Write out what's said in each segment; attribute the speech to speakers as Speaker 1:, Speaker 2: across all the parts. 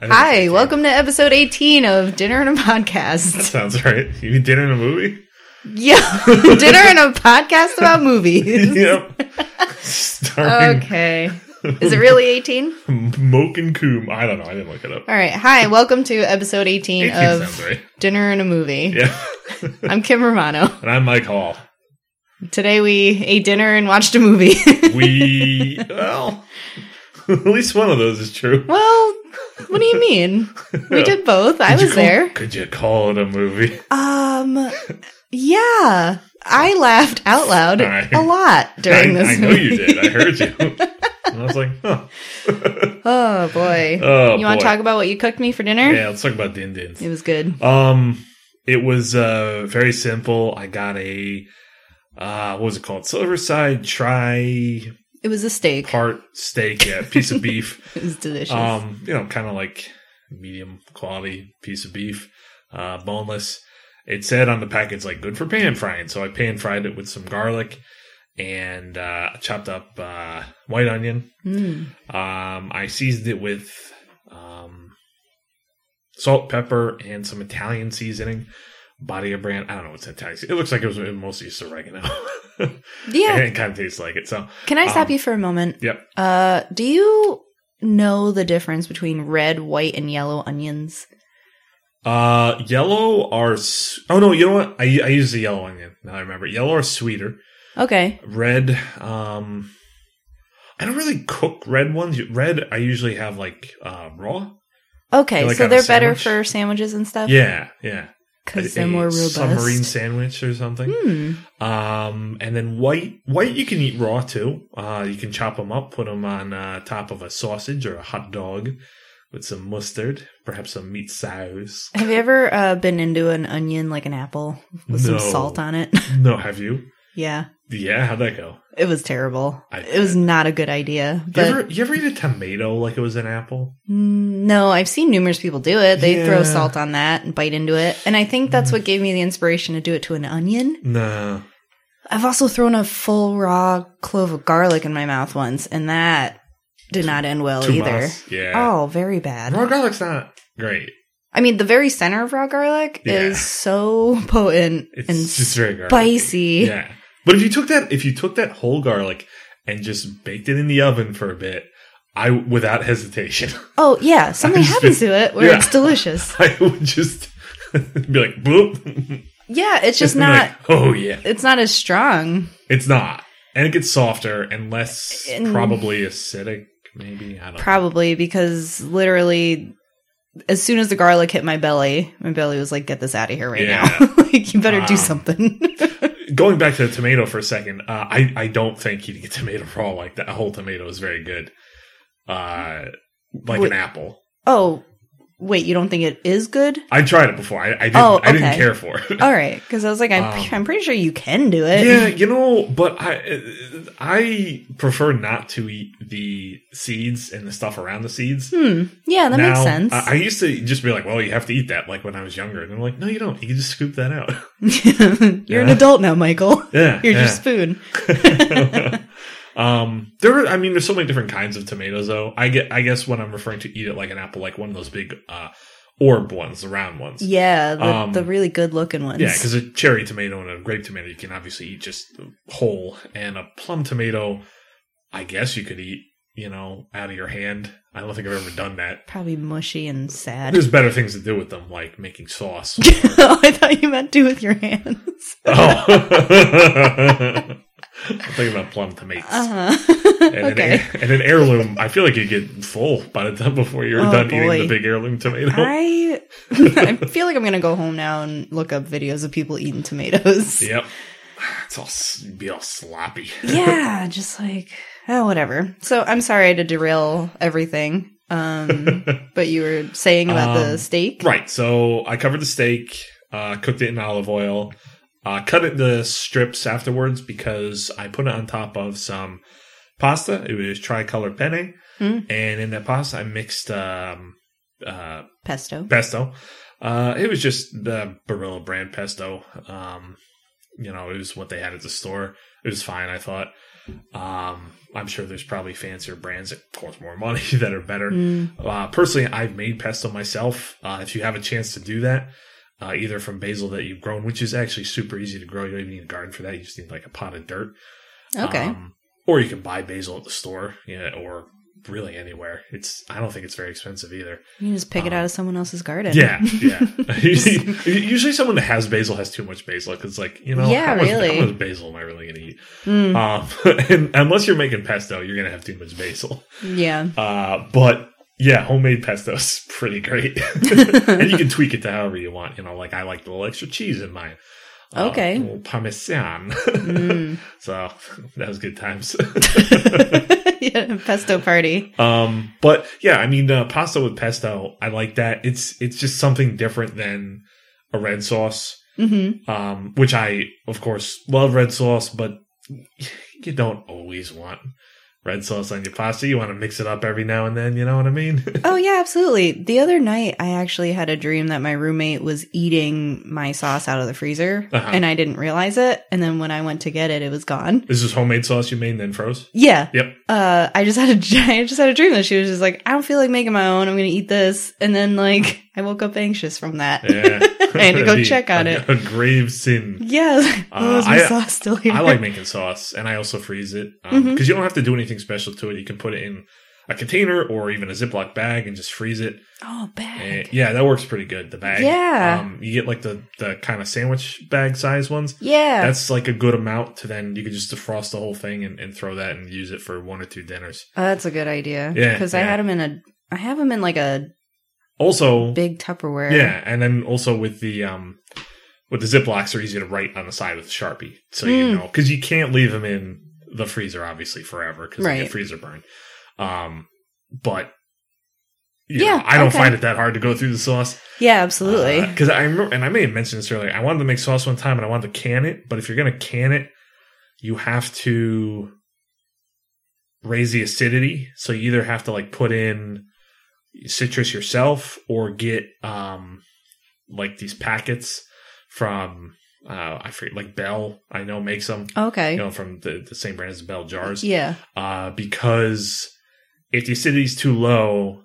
Speaker 1: Hi, welcome to episode 18 of Dinner and a Podcast.
Speaker 2: That sounds right. You did in a movie?
Speaker 1: Yeah, dinner and a podcast about movies.
Speaker 2: yep. Starring
Speaker 1: Okay. Is it really 18?
Speaker 2: Moke and Coom. I don't know. I didn't look it up.
Speaker 1: All right. Hi, welcome to episode 18
Speaker 2: 18
Speaker 1: of
Speaker 2: sounds right.
Speaker 1: Dinner and a Movie.
Speaker 2: Yeah.
Speaker 1: I'm Kim Romano.
Speaker 2: And I'm Mike Hall.
Speaker 1: Today we ate dinner and watched a movie.
Speaker 2: We, well, at least one of those is true.
Speaker 1: well, what do you mean? We did both. I
Speaker 2: Could you
Speaker 1: was
Speaker 2: call-
Speaker 1: there.
Speaker 2: Could you call it a movie?
Speaker 1: Um, yeah. I laughed out loud
Speaker 2: All right.
Speaker 1: a lot during
Speaker 2: I,
Speaker 1: this
Speaker 2: I know
Speaker 1: movie.
Speaker 2: you did. I heard you. and I was like, huh.
Speaker 1: Oh, boy.
Speaker 2: Oh,
Speaker 1: you want
Speaker 2: boy.
Speaker 1: to talk about what you cooked me for dinner?
Speaker 2: Yeah, let's talk about the Indians.
Speaker 1: It was good.
Speaker 2: Um, it was uh very simple. I got a uh what was it called? Silverside tri
Speaker 1: It was a steak.
Speaker 2: part steak, yeah, piece of beef.
Speaker 1: It was delicious.
Speaker 2: Um, you know, kind of like medium quality piece of beef, uh, boneless. It said on the package like good for pan frying, so I pan fried it with some garlic and uh, chopped up uh, white onion.
Speaker 1: Mm.
Speaker 2: Um, I seasoned it with um, salt, pepper, and some Italian seasoning. Body of brand. I don't know what's Italian. seasoning. It looks like it was mostly just oregano.
Speaker 1: Yeah.
Speaker 2: and it kind of tastes like it. So
Speaker 1: Can I stop
Speaker 2: um,
Speaker 1: you for a moment?
Speaker 2: yep.
Speaker 1: Uh, do you know the difference between red, white, and yellow onions?
Speaker 2: uh, yellow are. s oh no, you know what? I I use the yellow onion. Now I remember. Yellow are sweeter.
Speaker 1: Okay.
Speaker 2: Red. Um, I don't really cook red ones. Red, I usually have like uh, raw.
Speaker 1: Okay,
Speaker 2: They're like
Speaker 1: so
Speaker 2: on a
Speaker 1: they're better
Speaker 2: sandwich?
Speaker 1: for sandwiches and stuff?
Speaker 2: Yeah, yeah.
Speaker 1: Because
Speaker 2: A-
Speaker 1: they're
Speaker 2: a
Speaker 1: more robust.
Speaker 2: Submarine sandwich or something.
Speaker 1: Hmm.
Speaker 2: Um, and then white, white you can eat raw too. Uh, you can chop them up, put them on uh, top of a sausage or a hot dog with some mustard, perhaps some meat sauce.
Speaker 1: Have you ever uh, been into an onion like an apple with
Speaker 2: No.
Speaker 1: some salt on it?
Speaker 2: no, have you?
Speaker 1: yeah.
Speaker 2: Yeah, how'd that go?
Speaker 1: It was terrible.
Speaker 2: I
Speaker 1: it was not a good idea.
Speaker 2: You
Speaker 1: But
Speaker 2: ever, you ever eat a tomato like it was an apple?
Speaker 1: Mm, No, I've seen numerous people do it. They throw
Speaker 2: Yeah. Mm.
Speaker 1: salt on that and bite into it. And I think that's what gave me the inspiration to do it to an onion.
Speaker 2: No.
Speaker 1: I've also thrown a full raw clove of garlic in my mouth once, and that did not end well
Speaker 2: Too
Speaker 1: Oh, either.
Speaker 2: much? Yeah.
Speaker 1: Oh, very bad.
Speaker 2: Raw garlic's not great.
Speaker 1: I mean, the very center of raw garlic
Speaker 2: Yeah.
Speaker 1: is so potent
Speaker 2: It's
Speaker 1: and
Speaker 2: just very garlic.
Speaker 1: spicy.
Speaker 2: Yeah. But if you took that, if you took that whole garlic and just baked it in the oven for a bit, I, without hesitation,
Speaker 1: Oh, yeah. Something
Speaker 2: just
Speaker 1: happens to it where
Speaker 2: yeah.
Speaker 1: it's delicious.
Speaker 2: I would just be like, boop.
Speaker 1: Yeah, it's just
Speaker 2: And
Speaker 1: not.
Speaker 2: like, oh yeah,
Speaker 1: It's not as strong.
Speaker 2: it's not, and it gets softer and less
Speaker 1: And-
Speaker 2: probably acidic. Maybe I don't. know.
Speaker 1: Probably because literally, as soon as the garlic hit my belly, my belly was like, "Get this out of here right
Speaker 2: Yeah.
Speaker 1: now! like, you better do
Speaker 2: Um,
Speaker 1: something."
Speaker 2: Going back to the tomato for a second, uh, I I don't think eating a tomato raw like that a whole tomato is very good. Uh, like
Speaker 1: Wait.
Speaker 2: an apple.
Speaker 1: oh, wait, you don't think it is good?
Speaker 2: I tried it before. I, I didn't.
Speaker 1: Oh,
Speaker 2: I didn't
Speaker 1: okay.
Speaker 2: care for. it.
Speaker 1: All right, because I was like, I'm,
Speaker 2: Um,
Speaker 1: I'm pretty sure you can do it.
Speaker 2: yeah, you know, but I I prefer not to eat the seeds and the stuff around the seeds.
Speaker 1: Hmm. Yeah, that makes
Speaker 2: Now,
Speaker 1: sense.
Speaker 2: I, I used to just be like, well, you have to eat that, like when I was younger. And I'm like, no, you don't. You can just scoop that out.
Speaker 1: You're an
Speaker 2: Yeah.
Speaker 1: adult now, Michael.
Speaker 2: yeah.
Speaker 1: Here's your
Speaker 2: yeah.
Speaker 1: spoon.
Speaker 2: um, there are, I mean, there's so many different kinds of tomatoes, though. I get, I guess when I'm referring to eat it like an apple, like one of those big, uh, orb ones, the round ones.
Speaker 1: Yeah, the,
Speaker 2: Um,
Speaker 1: the really good looking ones.
Speaker 2: Yeah, because a cherry tomato and a grape tomato you can obviously eat just whole, and a plum tomato, I guess you could eat, you know, out of your hand. I don't think I've ever done that.
Speaker 1: probably mushy and sad. Oh,
Speaker 2: There's better things to do with them, like making sauce.
Speaker 1: I thought you meant do with your hands.
Speaker 2: Oh. I'm thinking about plum tomatoes.
Speaker 1: Uh huh.
Speaker 2: and, an, air- and an heirloom, I feel like you get full by the time before you're
Speaker 1: Oh,
Speaker 2: done
Speaker 1: boy.
Speaker 2: eating the big heirloom tomato.
Speaker 1: I I feel like I'm gonna go home now and look up videos of people eating tomatoes.
Speaker 2: Yep. It's all s- be all sloppy.
Speaker 1: Yeah, just like oh whatever. So I'm sorry to derail everything. Um but you were saying about the
Speaker 2: Um,
Speaker 1: steak?
Speaker 2: Right. So I covered the steak, uh, cooked it in olive oil, uh, cut it into strips afterwards because I put it on top of some pasta. It was tricolor penne,
Speaker 1: Mm.
Speaker 2: and in that pasta I mixed um, uh,
Speaker 1: Pesto.
Speaker 2: pesto. Uh, it was just the Barilla brand pesto. Um, you know, it was what they had at the store. It was fine, I thought. Um, I'm sure there's probably fancier brands that cost more money that are better.
Speaker 1: Mm.
Speaker 2: Uh, personally, I've made pesto myself. Uh, if you have a chance to do that, uh, either from basil that you've grown, which is actually super easy to grow, you don't even need a garden for that. You just need like a pot of dirt.
Speaker 1: Okay.
Speaker 2: Um, or you can buy basil at the store, you know, or really anywhere. It's I don't think it's very expensive either.
Speaker 1: you can just pick it
Speaker 2: um,
Speaker 1: out of someone else's garden.
Speaker 2: Yeah, yeah. usually, usually someone that has basil has too much basil because, like, you know,
Speaker 1: Yeah,
Speaker 2: how, much,
Speaker 1: really.
Speaker 2: how much basil am I really going to eat?
Speaker 1: Mm,
Speaker 2: Um, and unless you're making pesto, you're going to have too much basil.
Speaker 1: yeah.
Speaker 2: Uh, but yeah, homemade pesto is pretty great, and you can tweak it to however you want. You know, like I like a little extra cheese in mine. Uh,
Speaker 1: Okay.
Speaker 2: a little parmesan.
Speaker 1: Mm.
Speaker 2: so that was good times.
Speaker 1: yeah. Pesto party.
Speaker 2: Um, but yeah, I mean, uh, pasta with pesto, I like that. It's it's just something different than a red sauce,
Speaker 1: hmm
Speaker 2: um, which I of course love red sauce, but you don't always want red sauce on your pasta. You want to mix it up every now and then. You know what I mean?
Speaker 1: Oh, yeah, absolutely. The other night, I actually had a dream that my roommate was eating my sauce out of the freezer
Speaker 2: Uh-huh.
Speaker 1: and I didn't realize it. And then when I went to get it, it was gone.
Speaker 2: this is homemade sauce you made and then froze.
Speaker 1: Yeah.
Speaker 2: Yep.
Speaker 1: Uh, I just had a I just had a dream that she was just like, I don't feel like making my own. I'm gonna eat this, and then like I woke up anxious from that.
Speaker 2: Yeah,
Speaker 1: I had to go
Speaker 2: That'd be
Speaker 1: check on
Speaker 2: a-
Speaker 1: it.
Speaker 2: A grave sin.
Speaker 1: Yeah, I was
Speaker 2: Uh,
Speaker 1: like, oh, is my
Speaker 2: I-
Speaker 1: sauce still here?
Speaker 2: I like making sauce, and I also freeze it because
Speaker 1: Mhm.
Speaker 2: you don't have to do anything special to it. You can put it in a container or even a Ziploc bag and just freeze it.
Speaker 1: oh,
Speaker 2: Eh,
Speaker 1: bag.
Speaker 2: yeah, that works pretty good. The bag.
Speaker 1: Yeah.
Speaker 2: Um, you get like the, the kind of sandwich bag size ones.
Speaker 1: Yeah,
Speaker 2: That's like a good amount to then you could just defrost the whole thing and, and throw that and use it for one or two dinners.
Speaker 1: oh, that's a good idea.
Speaker 2: Yeah,
Speaker 1: because I
Speaker 2: yeah.
Speaker 1: had them in a, I have them in like a
Speaker 2: Also,
Speaker 1: big Tupperware.
Speaker 2: yeah, and then also with the um with the ziplocs are easy to write on the side with Sharpie, so you
Speaker 1: Mm.
Speaker 2: know because you can't leave them in the freezer obviously forever because they
Speaker 1: Right.
Speaker 2: get freezer burn. Um, but you
Speaker 1: Yeah,
Speaker 2: know, I don't
Speaker 1: okay.
Speaker 2: find it that hard to go through the sauce.
Speaker 1: yeah, absolutely.
Speaker 2: Because Uh, I remember, and I may have mentioned this earlier. I wanted to make sauce one time, and I wanted to can it. But if you're going to can it, you have to raise the acidity. So you either have to like put in citrus yourself, or get um like these packets from uh I forget like Bell. I know makes them.
Speaker 1: okay.
Speaker 2: You know from the, the same brand as the Bell jars.
Speaker 1: Yeah,
Speaker 2: Uh, because if the acidity's too low,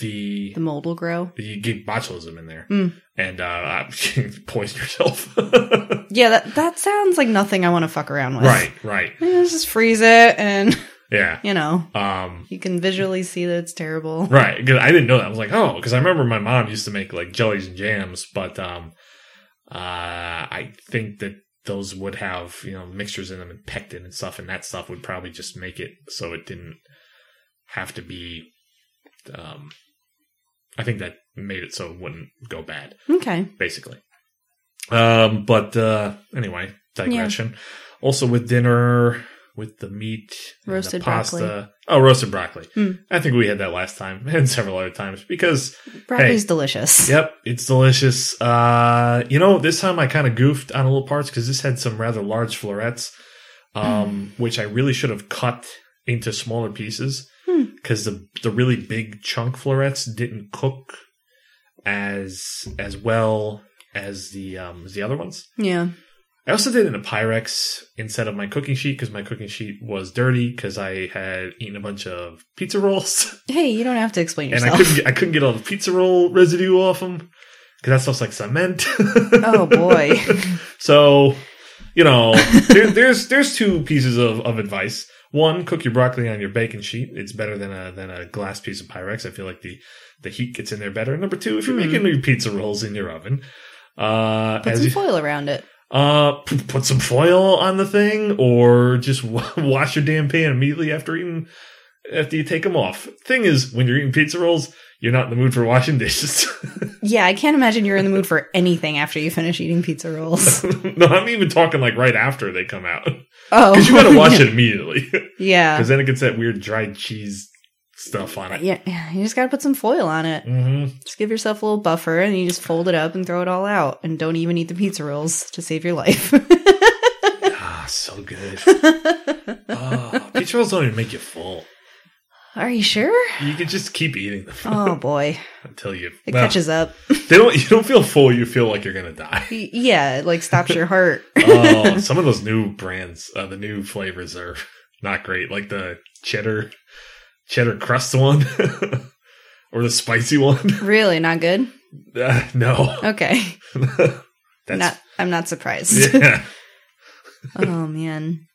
Speaker 2: the
Speaker 1: the mold will grow.
Speaker 2: you get botulism in there
Speaker 1: Hmm.
Speaker 2: and uh, poison yourself.
Speaker 1: Yeah, that that sounds like nothing I want to fuck around with.
Speaker 2: right, right,
Speaker 1: Yeah, let's just freeze it, and
Speaker 2: yeah.
Speaker 1: you know
Speaker 2: Um,
Speaker 1: you can visually see that it's terrible.
Speaker 2: right, 'cause I didn't know that. I was like, oh, because I remember my mom used to make like jellies and jams, but um, uh, I think that those would have you know mixtures in them and pectin and stuff, and that stuff would probably just make it so it didn't have to be. Um, I think that made it so it wouldn't go bad.
Speaker 1: Okay.
Speaker 2: basically. Um, but uh, anyway, digression. Also with dinner, with the meat, and
Speaker 1: Roasted
Speaker 2: the pasta. Oh, roasted broccoli.
Speaker 1: Hmm.
Speaker 2: I think we had that last time and several other times because
Speaker 1: Broccoli's delicious.
Speaker 2: yep, it's delicious. Uh, you know, this time I kind of goofed on a little parts because this had some rather large florets, um, which I really should have cut into smaller pieces
Speaker 1: Hmm.
Speaker 2: because the the really big chunk florets didn't cook as as well as the um, as the other ones.
Speaker 1: Yeah.
Speaker 2: I also did it in a Pyrex instead of my cooking sheet because my cooking sheet was dirty because I had eaten a bunch of pizza rolls.
Speaker 1: Hey, you don't have to explain
Speaker 2: and I
Speaker 1: yourself.
Speaker 2: couldn't get, I couldn't get all the pizza roll residue off them because that stuff's like cement.
Speaker 1: oh boy.
Speaker 2: So you know, there, there's there's two pieces of, of advice. One, cook your broccoli on your baking sheet. It's better than a than a glass piece of Pyrex. I feel like the the heat gets in there better. Number two, if you're
Speaker 1: Hmm.
Speaker 2: making your pizza rolls in your oven, uh,
Speaker 1: Put
Speaker 2: as
Speaker 1: some
Speaker 2: you-
Speaker 1: foil around it.
Speaker 2: uh, p- put some foil on the thing, or just wa- wash your damn pan immediately after eating. After you take them off. Thing is, when you're eating pizza rolls, you're not in the mood for washing dishes.
Speaker 1: Yeah, I can't imagine you're in the mood for anything after you finish eating pizza rolls.
Speaker 2: no, I'm even talking like right after they come out because
Speaker 1: Oh,
Speaker 2: you gotta wash it immediately
Speaker 1: Yeah,
Speaker 2: because then it gets that weird dried cheese stuff on it.
Speaker 1: yeah, yeah, you just gotta put some foil on it.
Speaker 2: hmm
Speaker 1: Just give yourself a little buffer, and you just fold it up and throw it all out, and don't even eat the pizza rolls to save your life.
Speaker 2: ah, so good. Oh, pizza rolls don't even make you full.
Speaker 1: Are you sure?
Speaker 2: You can just keep eating them
Speaker 1: Oh boy,
Speaker 2: until you.
Speaker 1: it
Speaker 2: well,
Speaker 1: catches up.
Speaker 2: They don't. You don't feel full. You feel like you're gonna die.
Speaker 1: Y- Yeah, it like stops your heart.
Speaker 2: oh, some of those new brands, uh, the new flavors are not great. Like the cheddar cheddar crust one or the spicy one.
Speaker 1: Really not good.
Speaker 2: Uh, no.
Speaker 1: Okay,
Speaker 2: That's
Speaker 1: not I'm not surprised.
Speaker 2: yeah.
Speaker 1: oh man,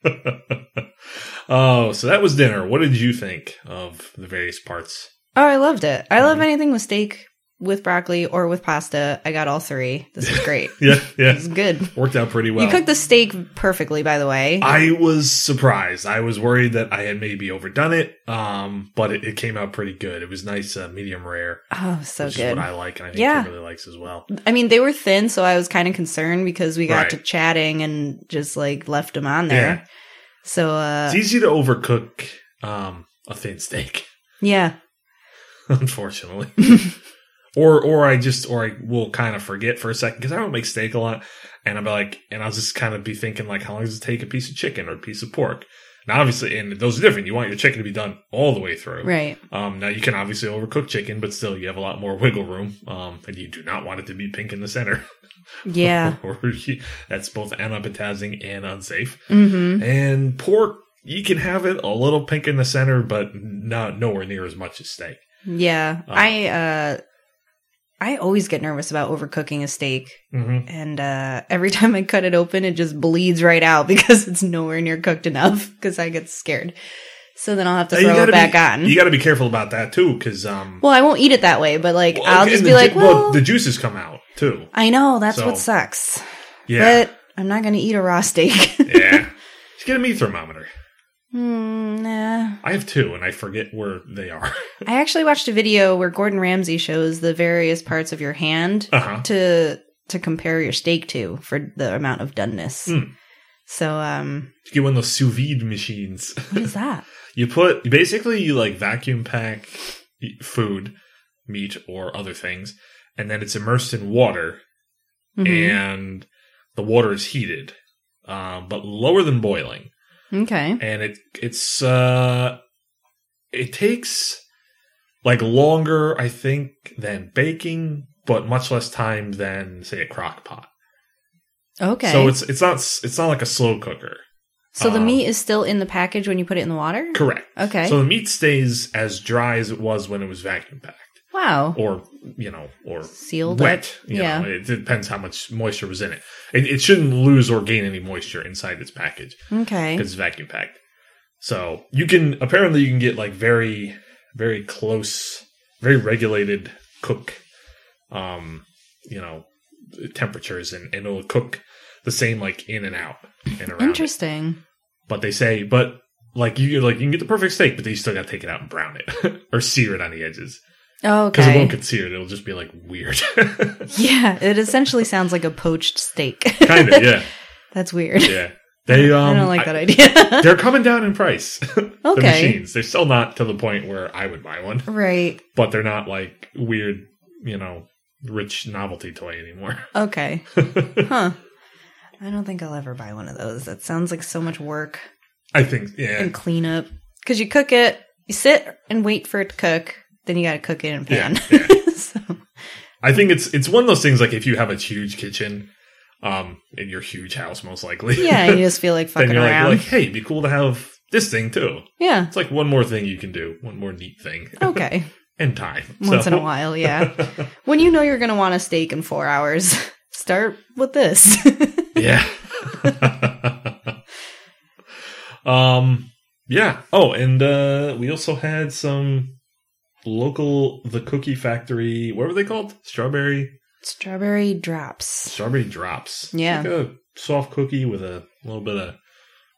Speaker 2: oh, so that was dinner. What did you think of the various parts?
Speaker 1: oh I loved it. I love
Speaker 2: Mhm.
Speaker 1: anything with steak, with broccoli, or with pasta. I got all three. This is great.
Speaker 2: Yeah, yeah.
Speaker 1: It's good.
Speaker 2: Worked out pretty well.
Speaker 1: you cooked the steak perfectly, by the way.
Speaker 2: I was surprised. I was worried that I had maybe overdone it, um, but it, it came out pretty good. It was nice, uh, medium rare,
Speaker 1: oh, so
Speaker 2: which is
Speaker 1: good.
Speaker 2: what I like, and I think
Speaker 1: Yeah.
Speaker 2: Kimberly likes as well.
Speaker 1: I mean, they were thin, so I was kind of concerned because we got
Speaker 2: Right.
Speaker 1: to chatting and just like left them on there. So, uh,
Speaker 2: It's easy to overcook um, a thin steak,
Speaker 1: yeah,
Speaker 2: unfortunately. or or I just or I will kind of forget for a second because I don't make steak a lot, and I'll be like, and I'll just kind of be thinking like, how long does it take a piece of chicken or a piece of pork? Now, obviously, and those are different. You want your chicken to be done all the way through.
Speaker 1: right.
Speaker 2: Um, now you can obviously overcook chicken, but still you have a lot more wiggle room. Um, and you do not want it to be pink in the center.
Speaker 1: Yeah.
Speaker 2: Or you- that's both unappetizing and unsafe.
Speaker 1: hmm
Speaker 2: And pork, you can have it a little pink in the center, but not nowhere near as much as steak.
Speaker 1: Yeah.
Speaker 2: Uh,
Speaker 1: I, uh, I always get nervous about overcooking a steak.
Speaker 2: Mm-hmm.
Speaker 1: And, uh, every time I cut it open, it just bleeds right out because it's nowhere near cooked enough because I get scared. So then I'll have to
Speaker 2: Now, you
Speaker 1: throw it
Speaker 2: gotta
Speaker 1: back
Speaker 2: be-
Speaker 1: on.
Speaker 2: You got to be careful about that too, because um,
Speaker 1: well, I won't eat it that way, but like,
Speaker 2: well,
Speaker 1: I'll
Speaker 2: okay,
Speaker 1: just
Speaker 2: and
Speaker 1: be
Speaker 2: the
Speaker 1: like,
Speaker 2: ju-
Speaker 1: well,
Speaker 2: the juices come out too.
Speaker 1: I know that's
Speaker 2: So-
Speaker 1: what sucks.
Speaker 2: Yeah,
Speaker 1: But I'm not going to eat a raw steak.
Speaker 2: yeah. Just get a meat thermometer.
Speaker 1: Hmm, nah.
Speaker 2: I have two, and I forget where they are.
Speaker 1: I actually watched a video where Gordon Ramsay shows the various parts of your hand
Speaker 2: Uh huh.
Speaker 1: to to compare your steak to for the amount of doneness.
Speaker 2: Hmm.
Speaker 1: So, um,
Speaker 2: Get one of those sous vide machines.
Speaker 1: what is that?
Speaker 2: You put basically you like vacuum pack e- food, meat or other things, and then it's immersed in water,
Speaker 1: Mhm.
Speaker 2: and the water is heated, um, but lower than boiling,
Speaker 1: Okay.
Speaker 2: and it it's uh, it takes like longer I think than baking, but much less time than say a crock pot.
Speaker 1: Okay.
Speaker 2: So
Speaker 1: So,
Speaker 2: it's it's not s- it's not like a slow cooker.
Speaker 1: the
Speaker 2: um,
Speaker 1: meat is still in the package when you put it in the water?
Speaker 2: Correct.
Speaker 1: Okay.
Speaker 2: So the meat stays as dry as it was when it was vacuum packed.
Speaker 1: wow.
Speaker 2: or you know, or
Speaker 1: Sealed up.
Speaker 2: wet. You
Speaker 1: Yeah.
Speaker 2: know, it depends how much moisture was in it. It, it shouldn't lose or gain any moisture inside its package
Speaker 1: Okay.
Speaker 2: because it's vacuum packed. So you can apparently you can get like very, very close, very regulated cook, um, you know, temperatures, and, and it'll cook the same like in and out and around. it.
Speaker 1: Interesting.
Speaker 2: But they say, but like you like you can get the perfect steak, but then you still got to take it out and brown it or sear it on the edges.
Speaker 1: Oh,
Speaker 2: Because it won't
Speaker 1: okay.
Speaker 2: get seared. It'll just be like weird.
Speaker 1: yeah, it essentially sounds like a poached steak.
Speaker 2: kind of, yeah.
Speaker 1: That's weird.
Speaker 2: Yeah. They, um,
Speaker 1: I don't like that idea.
Speaker 2: they're coming down in price. The
Speaker 1: okay.
Speaker 2: machines. They're still not to the point where I would buy one,
Speaker 1: Right.
Speaker 2: but they're not like weird, you know, rich novelty toy anymore.
Speaker 1: Okay. Huh. I don't think I'll ever buy one of those. That sounds like so much work
Speaker 2: I think, yeah.
Speaker 1: and cleanup. Because you cook it, you sit and wait for it to cook, then you got to cook it in a pan.
Speaker 2: Yeah,
Speaker 1: so,
Speaker 2: I think it's, it's one of those things like if you have a huge kitchen, um, in your huge house, most likely.
Speaker 1: yeah, you just feel like
Speaker 2: then
Speaker 1: fucking
Speaker 2: you're like,
Speaker 1: around.
Speaker 2: like, hey, it'd be cool to have this thing too.
Speaker 1: yeah.
Speaker 2: It's like one more thing you can do, one more neat thing.
Speaker 1: Okay.
Speaker 2: and time.
Speaker 1: Oh. Once
Speaker 2: So-
Speaker 1: in a while, yeah. When you know you're going to want a steak in four hours, start with this.
Speaker 2: yeah. um yeah. Oh, and uh we also had some local the cookie factory, what were they called? Strawberry
Speaker 1: Strawberry drops.
Speaker 2: strawberry drops.
Speaker 1: Yeah.
Speaker 2: Like a soft cookie with a little bit of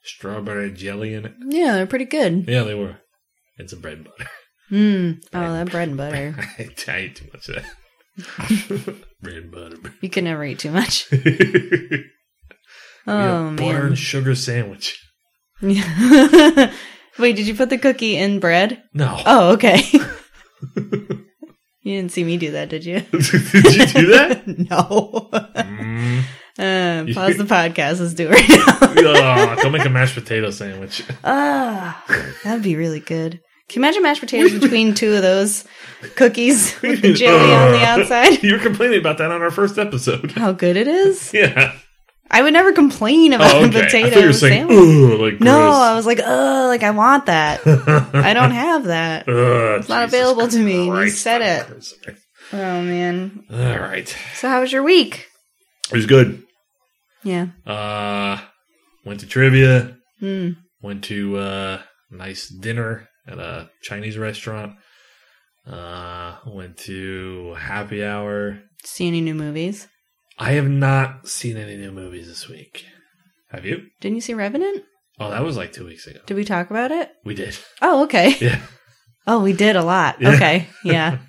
Speaker 2: strawberry jelly in it.
Speaker 1: Yeah, they're pretty good.
Speaker 2: Yeah, they were. It's a bread and butter.
Speaker 1: Mm.
Speaker 2: Bread.
Speaker 1: Oh, that bread and butter.
Speaker 2: I ate too much of that. bread and butter.
Speaker 1: You can never eat too much.
Speaker 2: We had a
Speaker 1: Oh,
Speaker 2: butter and
Speaker 1: man.
Speaker 2: sugar sandwich.
Speaker 1: Yeah. Wait, did you put the cookie in bread?
Speaker 2: No.
Speaker 1: Oh, okay. you didn't see me do that, did you?
Speaker 2: Did you do that?
Speaker 1: no.
Speaker 2: Mm.
Speaker 1: Uh,
Speaker 2: You-
Speaker 1: pause the podcast. Let's do it right now.
Speaker 2: Ugh, don't make a mashed potato sandwich.
Speaker 1: Ah, that'd be really good. Can you imagine mashed potatoes between two of those cookies with the jelly on the outside?
Speaker 2: You were complaining about that on our first episode.
Speaker 1: How good it is.
Speaker 2: Yeah.
Speaker 1: I would never complain about
Speaker 2: Oh,
Speaker 1: a
Speaker 2: okay. I
Speaker 1: potato
Speaker 2: thought you were saying,
Speaker 1: sandwich.
Speaker 2: ooh, like
Speaker 1: no, I was like, oh, like I want that. I don't have that.
Speaker 2: it's
Speaker 1: not available to me. You said it. Oh man.
Speaker 2: All right.
Speaker 1: So how was your week?
Speaker 2: It was good.
Speaker 1: Yeah.
Speaker 2: Uh, went to trivia.
Speaker 1: Hmm.
Speaker 2: Went to uh, nice dinner at a Chinese restaurant. Uh, went to happy hour.
Speaker 1: See any new movies?
Speaker 2: I have not seen any new movies this week. Have you?
Speaker 1: Didn't you see Revenant?
Speaker 2: Oh, that was like two weeks ago.
Speaker 1: Did we talk about it?
Speaker 2: We did.
Speaker 1: Oh, okay.
Speaker 2: Yeah.
Speaker 1: Oh, we did a lot.
Speaker 2: Yeah.
Speaker 1: Okay. Yeah.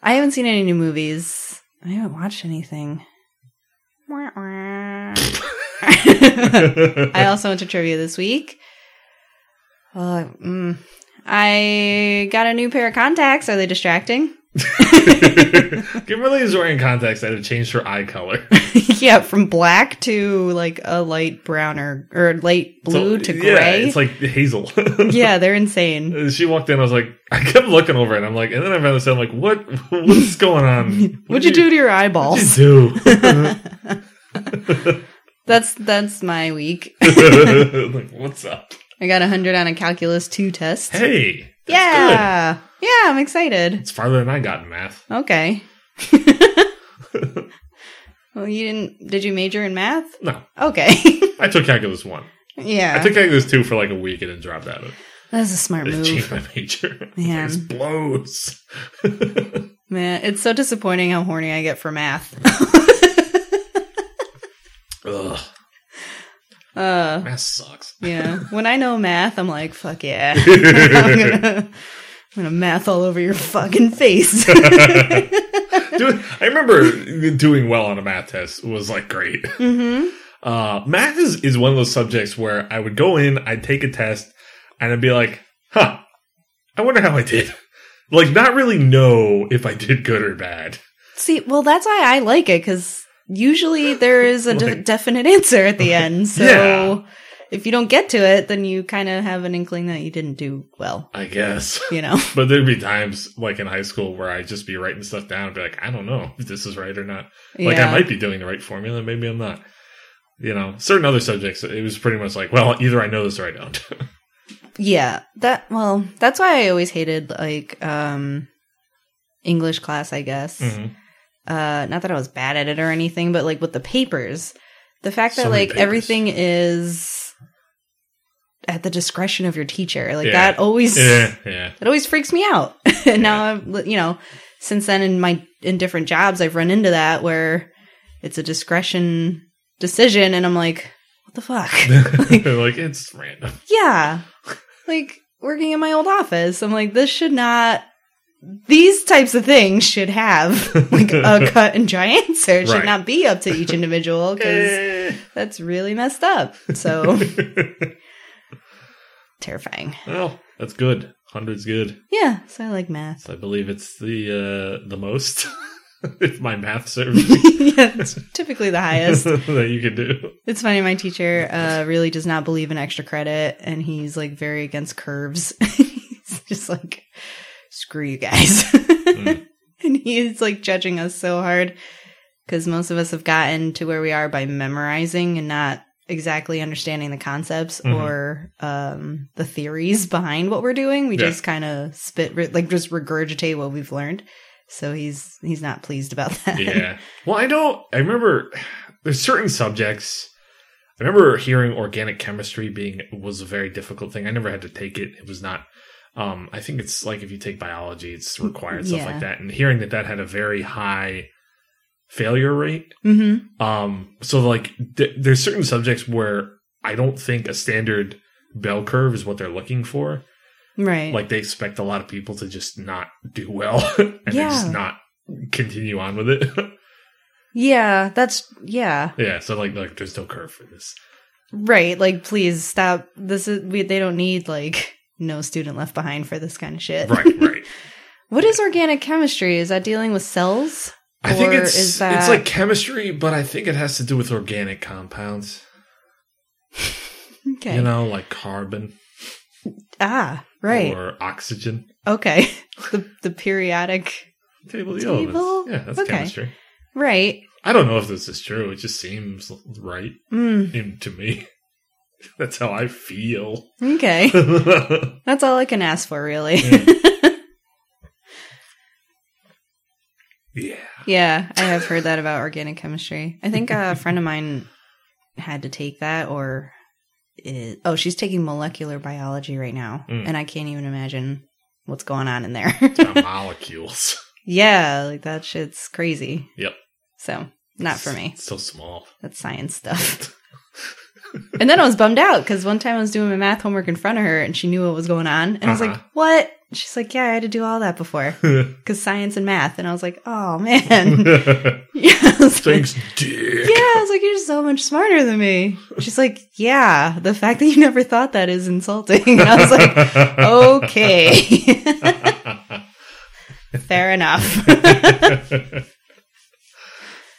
Speaker 1: I haven't seen any new movies. I haven't watched anything. Wah, wah. I also went to trivia this week. Uh, mm, I got a new pair of contacts. Are they distracting?
Speaker 2: Kimberly is wearing contacts that have changed her eye color.
Speaker 1: yeah, from black to like a light brown or, or light blue
Speaker 2: So,
Speaker 1: to
Speaker 2: yeah,
Speaker 1: gray. Yeah,
Speaker 2: it's like hazel.
Speaker 1: they're insane.
Speaker 2: she walked in. I was like, I kept looking over, it, and I'm like, and then I found this. I'm like, what? What's going on?
Speaker 1: What'd you do to your
Speaker 2: What
Speaker 1: eyeballs?
Speaker 2: you
Speaker 1: That's that's my week.
Speaker 2: do? like, what's up?
Speaker 1: I got a hundred on a calculus two test.
Speaker 2: Hey, that's good.
Speaker 1: yeah, yeah, I'm excited.
Speaker 2: it's farther than I got in math.
Speaker 1: Okay. well, you didn't? Did you major in math?
Speaker 2: No,
Speaker 1: Okay.
Speaker 2: I took calculus one.
Speaker 1: yeah,
Speaker 2: I took calculus two for like a week and then dropped out of it.
Speaker 1: that's a smart
Speaker 2: It
Speaker 1: move.
Speaker 2: changed my major.
Speaker 1: Man.
Speaker 2: This blows.
Speaker 1: Man, it's so disappointing how horny I get for math.
Speaker 2: Ugh,
Speaker 1: uh,
Speaker 2: math sucks.
Speaker 1: yeah. When I know math, I'm like, fuck yeah. I'm, gonna, I'm gonna math all over your fucking face.
Speaker 2: Dude, I remember doing well on a math test was like great.
Speaker 1: hmm
Speaker 2: Uh, math is, is one of those subjects where I would go in, I'd take a test, and I'd be like, huh, I wonder how I did. Like, not really know if I did good or bad.
Speaker 1: See, well, that's why I like it because usually there is a de-
Speaker 2: Like-
Speaker 1: definite answer at the end. So
Speaker 2: Yeah.
Speaker 1: if you don't get to it, then you kind of have an inkling that you didn't do well.
Speaker 2: I guess.
Speaker 1: You know?
Speaker 2: But there'd be times, like in high school, where I'd just be writing stuff down and be like, I don't know if this is right or not. Like, I might be doing the right formula, maybe I'm not. You know, certain other subjects, it was pretty much like, well, either I know this or I don't.
Speaker 1: Yeah, that well, that's why I always hated like um English class, I guess.
Speaker 2: Mhm.
Speaker 1: Uh not that I was bad at it or anything, but like with the papers, the fact
Speaker 2: So
Speaker 1: that
Speaker 2: many
Speaker 1: like
Speaker 2: papers.
Speaker 1: everything is at the discretion of your teacher. Like
Speaker 2: Yeah.
Speaker 1: that always
Speaker 2: Yeah, yeah.
Speaker 1: it always freaks me out. and now I'm, you know, since then in my in different jobs, I've run into that where it's a discretion decision, and I'm like, what the fuck?
Speaker 2: like, it's random.
Speaker 1: yeah, like working in my old office, I'm like, this should not. These types of things should have like a cut and dry answer. It should
Speaker 2: Right.
Speaker 1: not be up to each individual because
Speaker 2: Eh.
Speaker 1: that's really messed up. So terrifying.
Speaker 2: Well, that's good. Hundred's good.
Speaker 1: Yeah, so I like math.
Speaker 2: So I believe it's the uh the most if my math serves me
Speaker 1: yeah, it's typically the highest.
Speaker 2: that you can do.
Speaker 1: It's funny, my teacher uh, really does not believe in extra credit, and he's like very against curves. he's just like, screw you guys.
Speaker 2: Hmm.
Speaker 1: And he's like judging us so hard because most of us have gotten to where we are by memorizing and not exactly understanding the concepts
Speaker 2: Mhm.
Speaker 1: or um, the theories behind what we're doing. We
Speaker 2: Yeah.
Speaker 1: just kind of spit, re- like, just regurgitate what we've learned. So he's he's not pleased about that.
Speaker 2: Yeah. Well, I don't I remember there's certain subjects I remember hearing organic chemistry being was a very difficult thing. I never had to take it. It was not um I think it's like if you take biology, it's required stuff
Speaker 1: Yeah.
Speaker 2: like that. And hearing that that had a very high failure rate
Speaker 1: hmm
Speaker 2: Um, so like th- there's certain subjects where I don't think a standard bell curve is what they're looking for.
Speaker 1: Right.
Speaker 2: Like they expect a lot of people to just not do well and they
Speaker 1: Yeah.
Speaker 2: just not continue on with it.
Speaker 1: yeah, that's, yeah.
Speaker 2: yeah, so like like there's no curve for this.
Speaker 1: Right, like please stop. This is we, they don't need like no student left behind for this kind of shit.
Speaker 2: Right, right.
Speaker 1: what is organic chemistry? Is that dealing with cells?
Speaker 2: I think
Speaker 1: Or
Speaker 2: it's
Speaker 1: is
Speaker 2: it's
Speaker 1: that-
Speaker 2: like chemistry, but I think it has to do with organic compounds.
Speaker 1: Okay.
Speaker 2: You know, like carbon
Speaker 1: ah, right.
Speaker 2: or oxygen.
Speaker 1: okay. The the periodic.
Speaker 2: Table of the
Speaker 1: Table?
Speaker 2: elements. Yeah, that's
Speaker 1: Okay.
Speaker 2: chemistry.
Speaker 1: Right.
Speaker 2: I don't know if this is true. It just seems right
Speaker 1: Mm,
Speaker 2: in- to me. That's how I feel.
Speaker 1: okay. That's all I can ask for, really.
Speaker 2: yeah.
Speaker 1: yeah, I have heard that about organic chemistry. I think a friend of mine had to take that, or is, oh, she's taking molecular biology right now,
Speaker 2: Mm.
Speaker 1: and I can't even imagine what's going on in there.
Speaker 2: It's about molecules.
Speaker 1: yeah, like that shit's crazy.
Speaker 2: Yep.
Speaker 1: So not for me.
Speaker 2: It's so small.
Speaker 1: That's science stuff. And then I was bummed out because one time I was doing my math homework in front of her and she knew what was going on. And I was like,
Speaker 2: Uh-huh.
Speaker 1: what? She's like, yeah, I had to do all that before because science and math. And I was like, oh, man. yeah, I was like,
Speaker 2: Thanks, dick.
Speaker 1: yeah, I was like, you're so much smarter than me. She's like, yeah, the fact that you never thought that is insulting. And I was like, oh. okay, fair enough.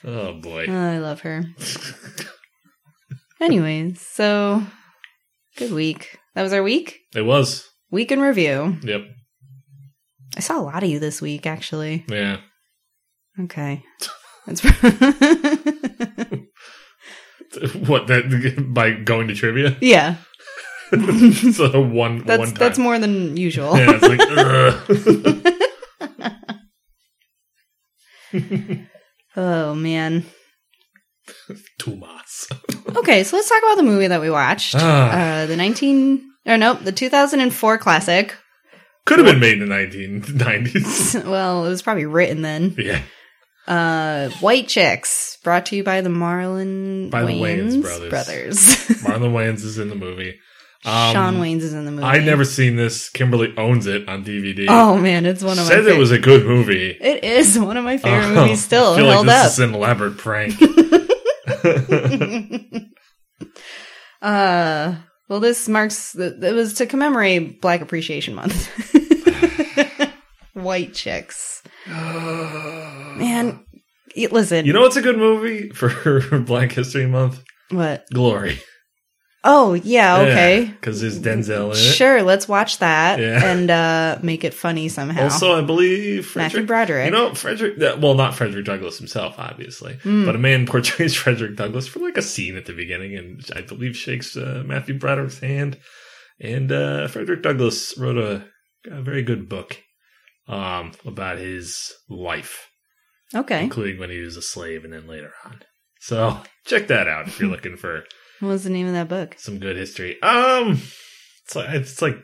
Speaker 2: oh boy.
Speaker 1: Oh, I love her. Anyways, so good week. That was our week.
Speaker 2: It was.
Speaker 1: Week in review.
Speaker 2: Yep.
Speaker 1: I saw a lot of you this week, actually.
Speaker 2: Yeah.
Speaker 1: Okay. That's
Speaker 2: What that by going to trivia?
Speaker 1: yeah.
Speaker 2: so one one
Speaker 1: That's
Speaker 2: time.
Speaker 1: that's more than usual.
Speaker 2: yeah, it's like ugh.
Speaker 1: Oh man.
Speaker 2: Tomas.
Speaker 1: Okay, so let's talk about the movie that we watched.
Speaker 2: Ah,
Speaker 1: Uh, the 19 or nope, the 2004 classic.
Speaker 2: could have been made in the nineteen nineties.
Speaker 1: well, it was probably written then.
Speaker 2: yeah.
Speaker 1: Uh, White Chicks, brought to you by the Marlon
Speaker 2: By the
Speaker 1: Wayans,
Speaker 2: Wayans brothers.
Speaker 1: brothers.
Speaker 2: Marlon Wayans is in the movie.
Speaker 1: Sean Wayans is in the movie.
Speaker 2: Um, I never seen this. Kimberly owns it on DVD.
Speaker 1: Oh man, it's one of my
Speaker 2: said
Speaker 1: fa-
Speaker 2: it was a good movie.
Speaker 1: It is one of my favorite
Speaker 2: Oh,
Speaker 1: movies still
Speaker 2: I feel
Speaker 1: held
Speaker 2: like this
Speaker 1: up.
Speaker 2: is an elaborate prank.
Speaker 1: uh, well, this marks the, it was to commemorate Black Appreciation Month. White chicks, man. y- Listen,
Speaker 2: You know what's a good movie for Black History Month?
Speaker 1: what?
Speaker 2: Glory.
Speaker 1: Oh yeah, okay.
Speaker 2: Because there's Denzel in it.
Speaker 1: Sure, let's watch that
Speaker 2: Yeah.
Speaker 1: and uh, make it funny somehow.
Speaker 2: Also, I believe
Speaker 1: Matthew
Speaker 2: Frederick.
Speaker 1: Broderick.
Speaker 2: You know, Frederick, that- well, not Frederick Douglass himself, obviously,
Speaker 1: Mm.
Speaker 2: but a man portrays Frederick Douglass for like a scene at the beginning, and I believe shakes uh, Matthew Broderick's hand. And uh, Frederick Douglass wrote a, a very good book um, about his life.
Speaker 1: okay,
Speaker 2: including when he was a slave and then later on. So check that out if you're looking for
Speaker 1: what was the name of that book?
Speaker 2: some good history. Um, it's like, it's like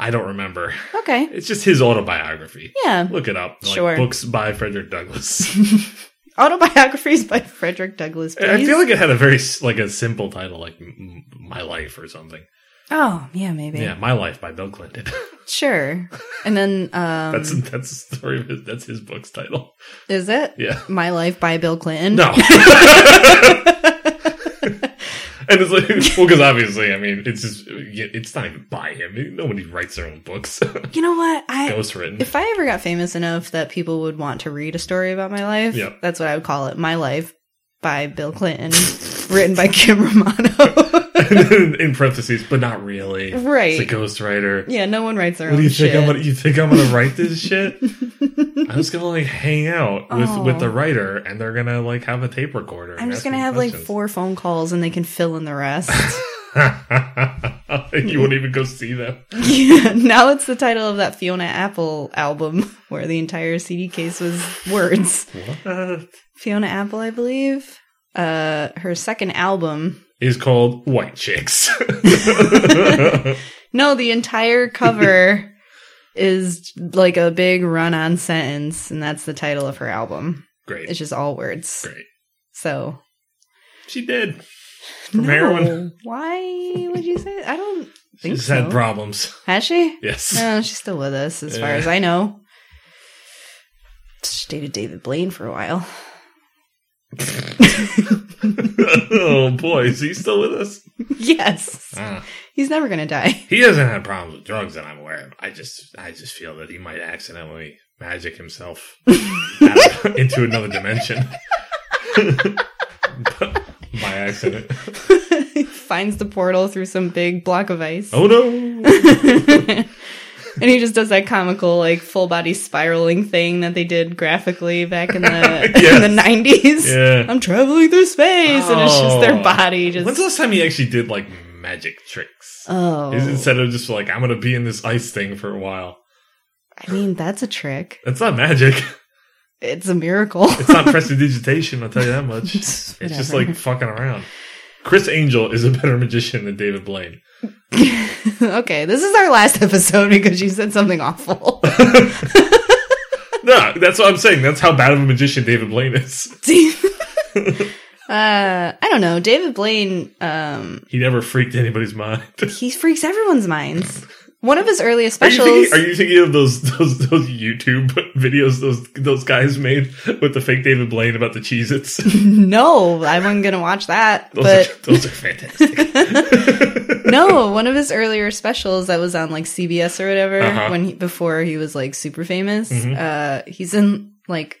Speaker 2: I don't remember.
Speaker 1: Okay,
Speaker 2: It's just his autobiography.
Speaker 1: yeah.
Speaker 2: Look it up. Like,
Speaker 1: Sure.
Speaker 2: Books by Frederick Douglass.
Speaker 1: Autobiographies by Frederick Douglass. Please.
Speaker 2: I feel like it had a very s- like a simple title, like M- M- My Life or something.
Speaker 1: oh yeah, maybe.
Speaker 2: Yeah, My Life by Bill Clinton.
Speaker 1: Sure. And then um
Speaker 2: that's that's the story. Of his, that's his book's title.
Speaker 1: is it
Speaker 2: Yeah.
Speaker 1: My Life by Bill Clinton?
Speaker 2: No. And it's like, well, because obviously, I mean, it's just, it's not even by him. Nobody writes their own books.
Speaker 1: you know what? I
Speaker 2: Ghostwritten.
Speaker 1: if I ever got famous enough that people would want to read a story about my life,
Speaker 2: Yeah.
Speaker 1: that's what I would call it. My Life by Bill Clinton, written by Kim Romano.
Speaker 2: and then in parentheses, but not really. It's a
Speaker 1: right.
Speaker 2: ghostwriter.
Speaker 1: Yeah, no one writes their
Speaker 2: What
Speaker 1: own
Speaker 2: do you think
Speaker 1: shit.
Speaker 2: I'm gonna? You think I'm gonna write this shit? I'm just gonna like hang out with
Speaker 1: Oh.
Speaker 2: with the writer, and they're gonna like have a tape recorder. and
Speaker 1: I'm just
Speaker 2: ask
Speaker 1: gonna
Speaker 2: me
Speaker 1: have like
Speaker 2: questions.
Speaker 1: four phone calls and they can fill in the rest.
Speaker 2: you wouldn't even go see them.
Speaker 1: yeah, now it's the title of that Fiona Apple album where the entire CD case was words.
Speaker 2: What
Speaker 1: Fiona Apple, I believe. Uh, her second album.
Speaker 2: is called White Chicks?
Speaker 1: No, the entire cover is like a big run-on sentence, and that's the title of her album.
Speaker 2: Great,
Speaker 1: It's just all words.
Speaker 2: great.
Speaker 1: So
Speaker 2: She did. From
Speaker 1: no.
Speaker 2: heroin?
Speaker 1: Why would you say? I don't think
Speaker 2: She's
Speaker 1: so.
Speaker 2: had problems.
Speaker 1: Has she?
Speaker 2: Yes.
Speaker 1: No, she's still with us, as far
Speaker 2: Yeah.
Speaker 1: as I know. She dated David Blaine for a while.
Speaker 2: oh boy, is he still with us?
Speaker 1: yes,
Speaker 2: Ah.
Speaker 1: he's never gonna die.
Speaker 2: He hasn't had problems with drugs that I'm aware of. I just, I just feel that he might accidentally magic himself out of- into another dimension by accident.
Speaker 1: finds the portal through some big block of ice.
Speaker 2: Oh no!
Speaker 1: and he just does that comical like full body spiraling thing that they did graphically back in the in
Speaker 2: Yes.
Speaker 1: the nineties.
Speaker 2: Yeah.
Speaker 1: I'm traveling through space, and it's just their
Speaker 2: Oh.
Speaker 1: body just.
Speaker 2: When's the last time he actually did like magic tricks?
Speaker 1: oh,
Speaker 2: Is- Instead of just like I'm gonna be in this ice thing for a while.
Speaker 1: I mean that's a trick.
Speaker 2: That's not magic.
Speaker 1: It's a miracle.
Speaker 2: It's not prestidigitation. I'll tell you that much. It's
Speaker 1: It's
Speaker 2: just like fucking around. Chris Angel is a better magician than David Blaine.
Speaker 1: okay, this is our last episode because you said something awful.
Speaker 2: No, that's what I'm saying. That's how bad of a magician David Blaine is.
Speaker 1: uh, I don't know. David Blaine, um,
Speaker 2: He never freaked anybody's mind.
Speaker 1: he freaks everyone's minds. One of his earliest
Speaker 2: Are you,
Speaker 1: specials.
Speaker 2: thinking, are you thinking of those those those YouTube videos those those guys made with the fake David Blaine about the Cheez Its? Those,
Speaker 1: no, I wasn't gonna watch that.
Speaker 2: are-
Speaker 1: But
Speaker 2: those are fantastic.
Speaker 1: no, one of his earlier specials that was on like CBS or whatever
Speaker 2: Uh-huh.
Speaker 1: when he, before he was like super famous.
Speaker 2: Mhm.
Speaker 1: Uh, he's in like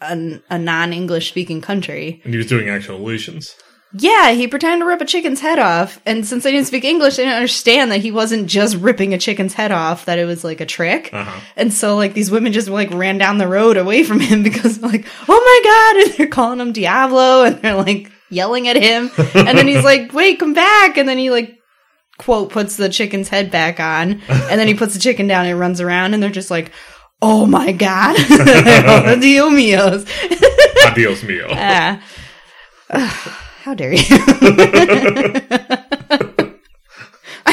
Speaker 1: an, a non-English speaking country.
Speaker 2: And he was
Speaker 1: Mm.
Speaker 2: doing actual illusions.
Speaker 1: Yeah, he pretended to rip a chicken's head off. And since they didn't speak English, they didn't understand that he wasn't just ripping a chicken's head off, that it was like a trick.
Speaker 2: Uh huh.
Speaker 1: And so, like, these women just, like, ran down the road away from him because, like, oh my God. And they're calling him Diablo and they're, like, yelling at him. And then he's like, wait, come back. And then he, like, quote, puts the chicken's head back on. And then he puts the chicken down and runs around. And they're just like, oh my God. Dios míos.
Speaker 2: Adios mio.
Speaker 1: Ah. Ugh, how dare you? I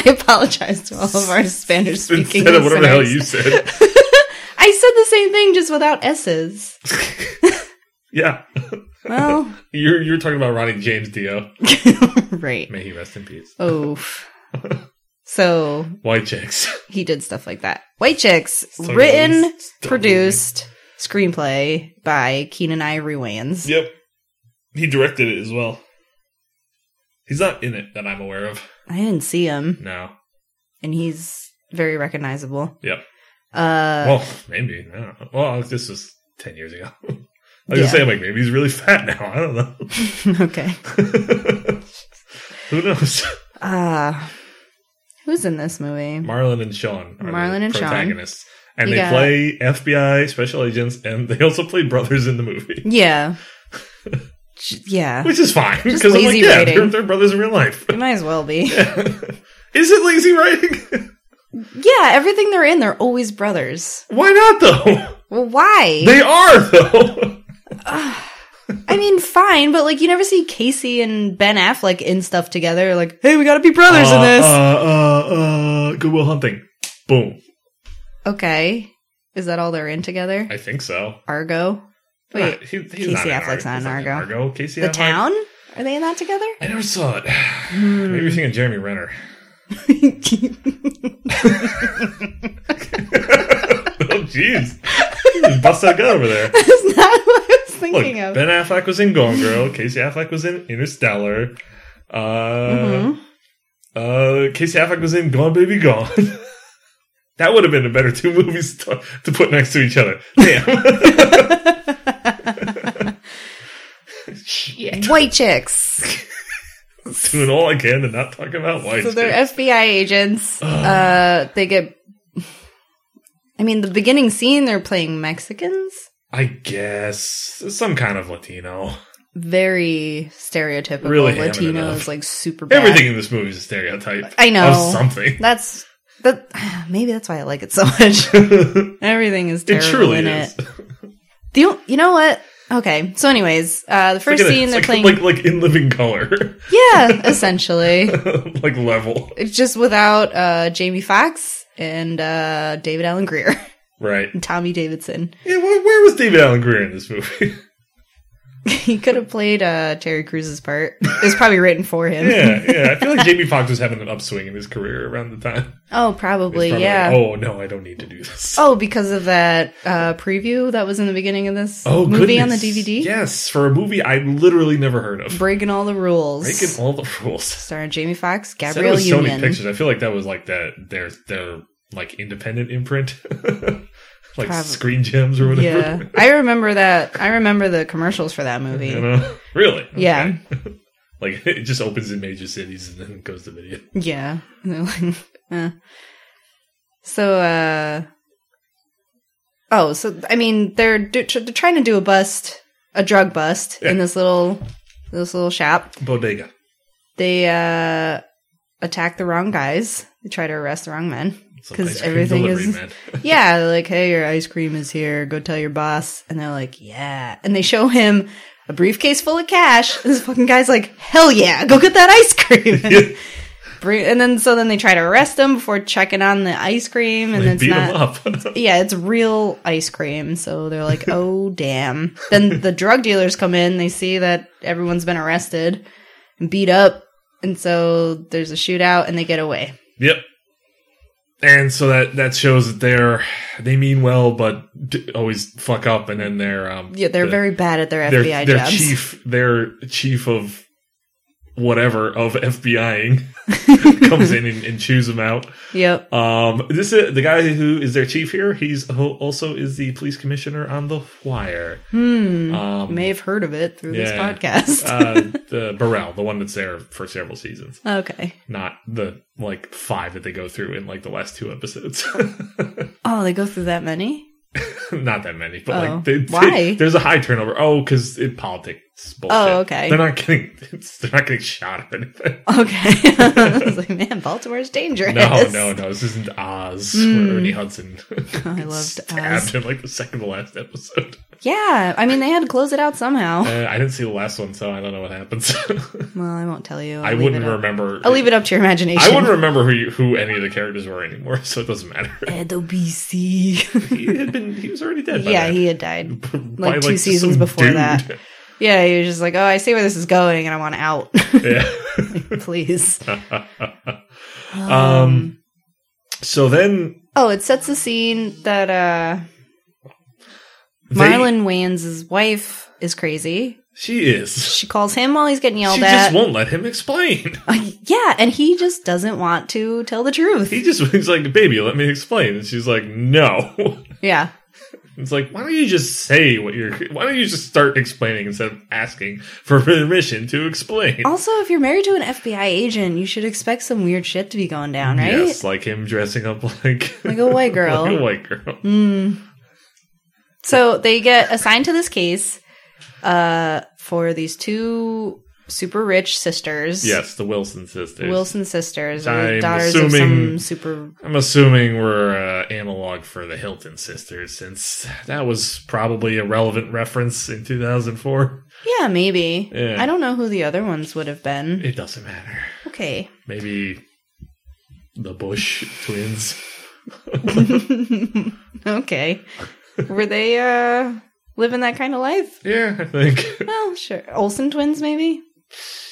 Speaker 1: apologize to all of our Spanish speaking
Speaker 2: Instead of whatever the hell you said.
Speaker 1: I said the same thing just without S's.
Speaker 2: Yeah.
Speaker 1: Well,
Speaker 2: You're you're talking about Ronnie James Dio.
Speaker 1: right.
Speaker 2: May he rest in peace.
Speaker 1: Oof. So
Speaker 2: White chicks.
Speaker 1: he did stuff like that. White Chicks,
Speaker 2: Totally-
Speaker 1: written,
Speaker 2: totally.
Speaker 1: produced, screenplay by Keenan Ivory Wayans.
Speaker 2: Yep. He directed it as well. He's not in it that I'm aware of.
Speaker 1: I didn't see him,
Speaker 2: No.
Speaker 1: and he's very recognizable.
Speaker 2: Yep.
Speaker 1: Uh,
Speaker 2: well, maybe. I don't know. Well, this was ten years ago. I was just
Speaker 1: Yeah.
Speaker 2: saying, like maybe he's really fat now. I don't
Speaker 1: okay.
Speaker 2: know. Who knows?
Speaker 1: Uh who's in this movie?
Speaker 2: Marlon and Sean are
Speaker 1: Marlon
Speaker 2: the
Speaker 1: and Sean.
Speaker 2: protagonists, and
Speaker 1: You
Speaker 2: they
Speaker 1: got-
Speaker 2: play FBI special agents, and they also play brothers in the movie,
Speaker 1: yeah. J- yeah.
Speaker 2: which is fine
Speaker 1: Just
Speaker 2: because I'm like,
Speaker 1: lazy
Speaker 2: yeah,
Speaker 1: writing.
Speaker 2: they're, they're brothers in real life.
Speaker 1: It might as well be.
Speaker 2: is it lazy writing?
Speaker 1: Yeah, everything they're in, they're always brothers.
Speaker 2: Why not though?
Speaker 1: Well, why?
Speaker 2: They are though.
Speaker 1: I mean, fine, but like you never see Casey and Ben Affleck in stuff together. Like, hey, we gotta be brothers in
Speaker 2: Uh,
Speaker 1: this.
Speaker 2: Uh, uh, uh, Goodwill Hunting. Boom.
Speaker 1: okay. Is that all they're in together?
Speaker 2: I think so.
Speaker 1: Argo? Wait,
Speaker 2: Uh, he- he's
Speaker 1: Casey
Speaker 2: not in
Speaker 1: Affleck's not in
Speaker 2: He's
Speaker 1: Argo.
Speaker 2: Argo. Casey
Speaker 1: The
Speaker 2: Affleck?
Speaker 1: Town? Hmm. Are they in that together?
Speaker 2: I never saw it. Maybe you're thinking Jeremy Renner. oh, jeez. You just Bust that gut over there.
Speaker 1: That's not what I was
Speaker 2: Look,
Speaker 1: thinking of.
Speaker 2: Ben Affleck was in Gone Girl. Casey Affleck was in Interstellar. Uh,
Speaker 1: Mhm.
Speaker 2: uh, Casey Affleck was in Gone Baby Gone. that would have been a better two movies to, to put next to each other. Damn. Shit.
Speaker 1: White chicks.
Speaker 2: Doing all I can to not talk about white.
Speaker 1: so they're
Speaker 2: chicks.
Speaker 1: FBI agents. uh, they get. I mean, the beginning scene, they're playing Mexicans.
Speaker 2: I guess some kind of Latino.
Speaker 1: Very stereotypical
Speaker 2: Really hamming it
Speaker 1: Latinos,
Speaker 2: up.
Speaker 1: like super bad.
Speaker 2: Everything in this movie is a stereotype.
Speaker 1: I know.
Speaker 2: Of something.
Speaker 1: That's that. Maybe that's why I like it so much.
Speaker 2: it
Speaker 1: Everything is terrible
Speaker 2: truly
Speaker 1: in
Speaker 2: is.
Speaker 1: it. The o- you know what? Okay, so anyways, uh, the first
Speaker 2: Look at it.
Speaker 1: scene
Speaker 2: It's
Speaker 1: they're
Speaker 2: like,
Speaker 1: playing,
Speaker 2: like like in living color,
Speaker 1: yeah, essentially,
Speaker 2: like level,
Speaker 1: it's just without uh, Jamie Foxx and uh, David Allen Greer
Speaker 2: right?
Speaker 1: and Tommy Davidson.
Speaker 2: Yeah, where, where was David Allen Greer in this movie?
Speaker 1: He could have played uh, Terry Cruz's part. It was probably written for him.
Speaker 2: yeah, yeah. I feel like Jamie Foxx was having an upswing in his career around the time.
Speaker 1: Oh,
Speaker 2: He was
Speaker 1: probably,
Speaker 2: probably
Speaker 1: yeah.
Speaker 2: like, oh no, I don't need to do this.
Speaker 1: oh. because of that uh, preview that was in the beginning of this
Speaker 2: Oh,
Speaker 1: movie on the
Speaker 2: goodness.
Speaker 1: DVD.
Speaker 2: Yes, for a movie I literally never heard of.
Speaker 1: Breaking all the rules.
Speaker 2: Breaking all the rules.
Speaker 1: Starring Jamie Fox,
Speaker 2: Said it
Speaker 1: Gabrielle
Speaker 2: was
Speaker 1: Union.
Speaker 2: Sony Pictures. I feel like that was like that their their like independent imprint, like
Speaker 1: Prob-
Speaker 2: Screen Gems or whatever.
Speaker 1: Yeah, I remember that. I remember the commercials for that movie.
Speaker 2: You know? Really?
Speaker 1: Yeah.
Speaker 2: Okay. like it just opens in major cities and then goes to video.
Speaker 1: Yeah. And they're like, eh. Uh. So, uh, oh, so I mean, they're do- tr- they're trying to do a bust, a drug bust in
Speaker 2: Yeah.
Speaker 1: this little this little shop.
Speaker 2: Bodega.
Speaker 1: They uh attack the wrong guys. They try to arrest the wrong men.
Speaker 2: Some
Speaker 1: 'Cause
Speaker 2: ice cream
Speaker 1: everything
Speaker 2: delivery
Speaker 1: is-
Speaker 2: man.
Speaker 1: yeah, they're like, hey, your ice cream is here. Go tell your boss. And they're like, yeah. And they show him a briefcase full of cash. And this fucking guy's like, hell yeah, go get that ice cream. And,
Speaker 2: Yeah.
Speaker 1: bring- and then so then they try to arrest him before checking on the ice cream, and
Speaker 2: they
Speaker 1: it's
Speaker 2: beat
Speaker 1: not.
Speaker 2: him up.
Speaker 1: Yeah, it's real ice cream. So they're like, oh, damn. Then the drug dealers come in. They see that everyone's been arrested and beat up. And so there's a shootout and they get away.
Speaker 2: yep. And so that that shows that they're they mean well, but d- always fuck up, and then they're um
Speaker 1: Yeah, they're
Speaker 2: the-
Speaker 1: very bad at their
Speaker 2: their,
Speaker 1: FBI
Speaker 2: their
Speaker 1: jobs.
Speaker 2: chief their chief of whatever of FBIing comes in and, and chews them out.
Speaker 1: Yep.
Speaker 2: Um, this is the guy who is their chief here. He's who also is the police commissioner on the wire.
Speaker 1: Hmm.
Speaker 2: Um,
Speaker 1: May have heard of it through this
Speaker 2: yeah.
Speaker 1: podcast.
Speaker 2: uh, the Burrell, the one that's there for several seasons,
Speaker 1: okay.
Speaker 2: not the like five that they go through in like the last two episodes.
Speaker 1: Oh, they go through that many?
Speaker 2: not that many, but
Speaker 1: Oh.
Speaker 2: like they, they-
Speaker 1: Why?
Speaker 2: there's a high turnover. Oh, because it politics bullshit.
Speaker 1: Oh, okay.
Speaker 2: They're not getting it's, they're not getting shot or anything.
Speaker 1: Okay. I was like, man, Baltimore's dangerous.
Speaker 2: No, no, no. This isn't Oz
Speaker 1: Mm.
Speaker 2: where Ernie Hudson
Speaker 1: I
Speaker 2: gets
Speaker 1: loved
Speaker 2: stabbed
Speaker 1: Oz.
Speaker 2: in like the second to last episode.
Speaker 1: Yeah. I mean, they had to close it out somehow.
Speaker 2: Uh, I didn't see the last one, so I don't know what happens.
Speaker 1: Well, I won't tell you. I'll
Speaker 2: I
Speaker 1: leave
Speaker 2: wouldn't
Speaker 1: it up-
Speaker 2: remember.
Speaker 1: I'll leave it up to your imagination.
Speaker 2: I wouldn't remember who you, who any of the characters were anymore, so it doesn't matter.
Speaker 1: Ed OBC.
Speaker 2: he had been. He was already dead. By
Speaker 1: yeah,
Speaker 2: then.
Speaker 1: he had died.
Speaker 2: By,
Speaker 1: like, two
Speaker 2: just
Speaker 1: seasons
Speaker 2: some
Speaker 1: before that. Yeah, he was just like, oh, I see where this is going and I want out. Um, Please.
Speaker 2: Yeah. Um, so then
Speaker 1: oh, it sets the scene that uh,
Speaker 2: they-
Speaker 1: Marlon Wayans' wife is crazy.
Speaker 2: she is.
Speaker 1: She calls him while he's getting yelled
Speaker 2: She
Speaker 1: at.
Speaker 2: just won't let him explain.
Speaker 1: Uh, yeah, and he just doesn't want to tell the truth.
Speaker 2: He just he's like, "Baby, let me explain," and she's like, "No."
Speaker 1: yeah.
Speaker 2: It's like, why don't you just say what you're? Why don't you just start explaining instead of asking for permission to explain?
Speaker 1: Also, if you're married to an FBI agent, you should expect some weird shit to be going down, right?
Speaker 2: Yes, like him dressing up like
Speaker 1: Like a white girl.
Speaker 2: like a white girl.
Speaker 1: Mm. So they get assigned to this case uh, for these two super rich sisters.
Speaker 2: Yes, the Wilson sisters.
Speaker 1: Wilson sisters, or
Speaker 2: I'm
Speaker 1: daughters
Speaker 2: assuming-
Speaker 1: of some super.
Speaker 2: I'm assuming we're uh, analog for the Hilton sisters, since that was probably a relevant reference in 2004.
Speaker 1: Yeah, maybe.
Speaker 2: Yeah.
Speaker 1: I don't know who the other ones would have been.
Speaker 2: It doesn't matter.
Speaker 1: Okay.
Speaker 2: Maybe the Bush twins.
Speaker 1: okay. Were they uh, living that kind of life?
Speaker 2: Yeah, I think
Speaker 1: Well, sure. Olsen twins, maybe?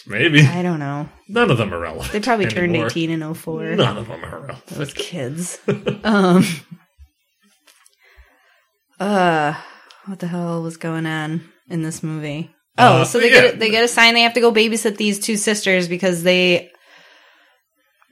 Speaker 2: maybe
Speaker 1: I don't know.
Speaker 2: none of them are relevant.
Speaker 1: They probably turned
Speaker 2: anymore.
Speaker 1: 18 in 04.
Speaker 2: None of them are relevant.
Speaker 1: Those kids. um, uh, what the hell was going on in this movie? Oh,
Speaker 2: Uh,
Speaker 1: so they
Speaker 2: yeah.
Speaker 1: get they get a sign. They have to go babysit these two sisters because they,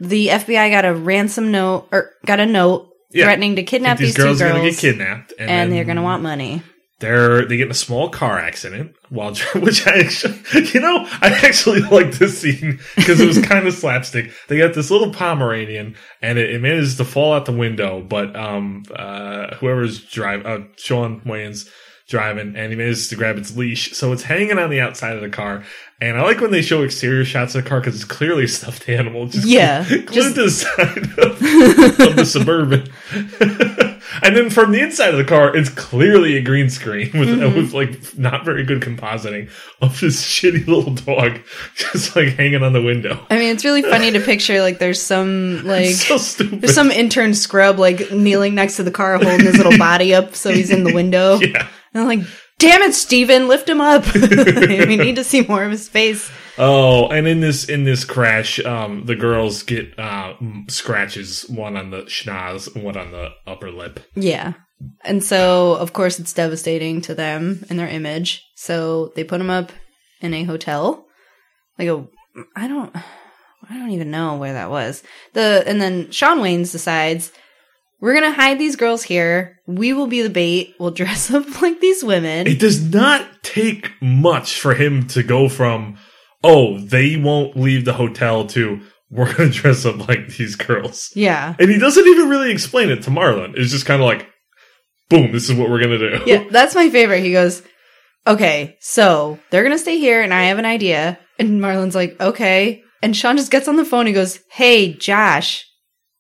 Speaker 1: the FBI got a ransom note or got a note
Speaker 2: Yeah.
Speaker 1: threatening to kidnap
Speaker 2: If these
Speaker 1: these,
Speaker 2: girls,
Speaker 1: two
Speaker 2: are
Speaker 1: girls,
Speaker 2: going to get kidnapped, and,
Speaker 1: and,
Speaker 2: then
Speaker 1: they're going to want money.
Speaker 2: They're they get in a small car accident while dri- which I actually you know I actually like this scene because it was kind of slapstick. They got this little Pomeranian and it, it manages to fall out the window, but um uh whoever's drive uh Sean Wayans driving and he manages to grab its leash, so it's hanging on the outside of the car. And I like when they show exterior shots of the car because it's clearly a stuffed animal. Just
Speaker 1: Yeah,
Speaker 2: glued
Speaker 1: just-
Speaker 2: to the side of of the suburban. and then from the inside of the car, it's clearly a green screen with,
Speaker 1: Mhm.
Speaker 2: with like not very good compositing of this shitty little dog just like hanging on the window.
Speaker 1: I mean, it's really funny to picture like there's some like
Speaker 2: so stupid.
Speaker 1: There's some intern scrub like kneeling next to the car holding his little body up so he's in the window.
Speaker 2: yeah.
Speaker 1: And I'm like, damn it, Steven, lift him up. we need to see more of his face.
Speaker 2: Oh, and in this in this crash, um, the girls get uh, m- scratches, one on the schnoz, and one on the upper lip.
Speaker 1: Yeah. And so, of course, it's devastating to them and their image. So they put him up in a hotel. Like a, I don't, I don't even know where that was. The, and then Sean Waynes decides, we're going to hide these girls here. We will be the bait. We'll dress up like these women.
Speaker 2: It does not take much for him to go from, oh, they won't leave the hotel to we're going to dress up like these girls.
Speaker 1: Yeah.
Speaker 2: And he doesn't even really explain it to Marlon. It's just kind of like, boom, this is what we're going to do.
Speaker 1: Yeah. That's my favorite. He goes, okay, so they're going to stay here and I have an idea. And Marlon's like, okay. And Sean just gets on the phone and goes, hey, Josh,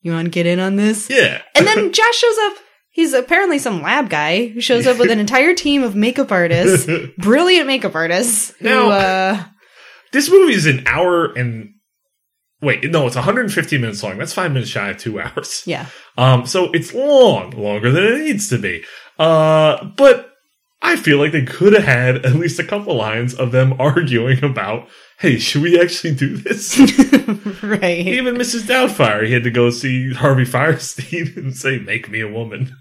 Speaker 1: you want to get in on this?
Speaker 2: Yeah.
Speaker 1: And then Josh shows up. He's apparently some lab guy who shows up with an entire team of makeup artists, brilliant makeup artists. Who,
Speaker 2: Now-
Speaker 1: uh,
Speaker 2: this movie is an hour and. Wait, no, it's 150 minutes long. That's five minutes shy of two hours.
Speaker 1: yeah,
Speaker 2: Um, so it's long, longer than it needs to be. Uh, but I feel like they could have had at least a couple lines of them arguing about, hey, should we actually do this?
Speaker 1: right.
Speaker 2: Even Mrs. Doubtfire, he had to go see Harvey Firestein and say, make me a woman.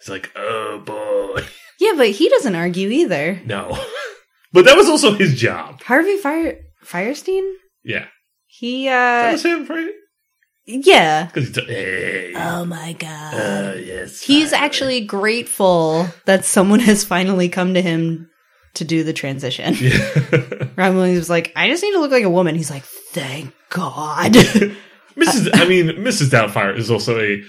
Speaker 2: He's like, oh boy,
Speaker 1: Yeah, but he doesn't argue either.
Speaker 2: no. But that was also his job.
Speaker 1: Harvey Fire Firestein.
Speaker 2: Yeah,
Speaker 1: He,
Speaker 2: that
Speaker 1: uh,
Speaker 2: was him, right?
Speaker 1: yeah.
Speaker 2: Because he took, hey,
Speaker 1: Oh my god.
Speaker 2: uh, yes,
Speaker 1: He's
Speaker 2: finally."
Speaker 1: actually grateful that someone has finally come to him to do the transition.
Speaker 2: Yeah.
Speaker 1: Robin Williams was like, I just need to look like a woman. He's like, thank God.
Speaker 2: Mrs. I mean, Mrs. Doubtfire is also a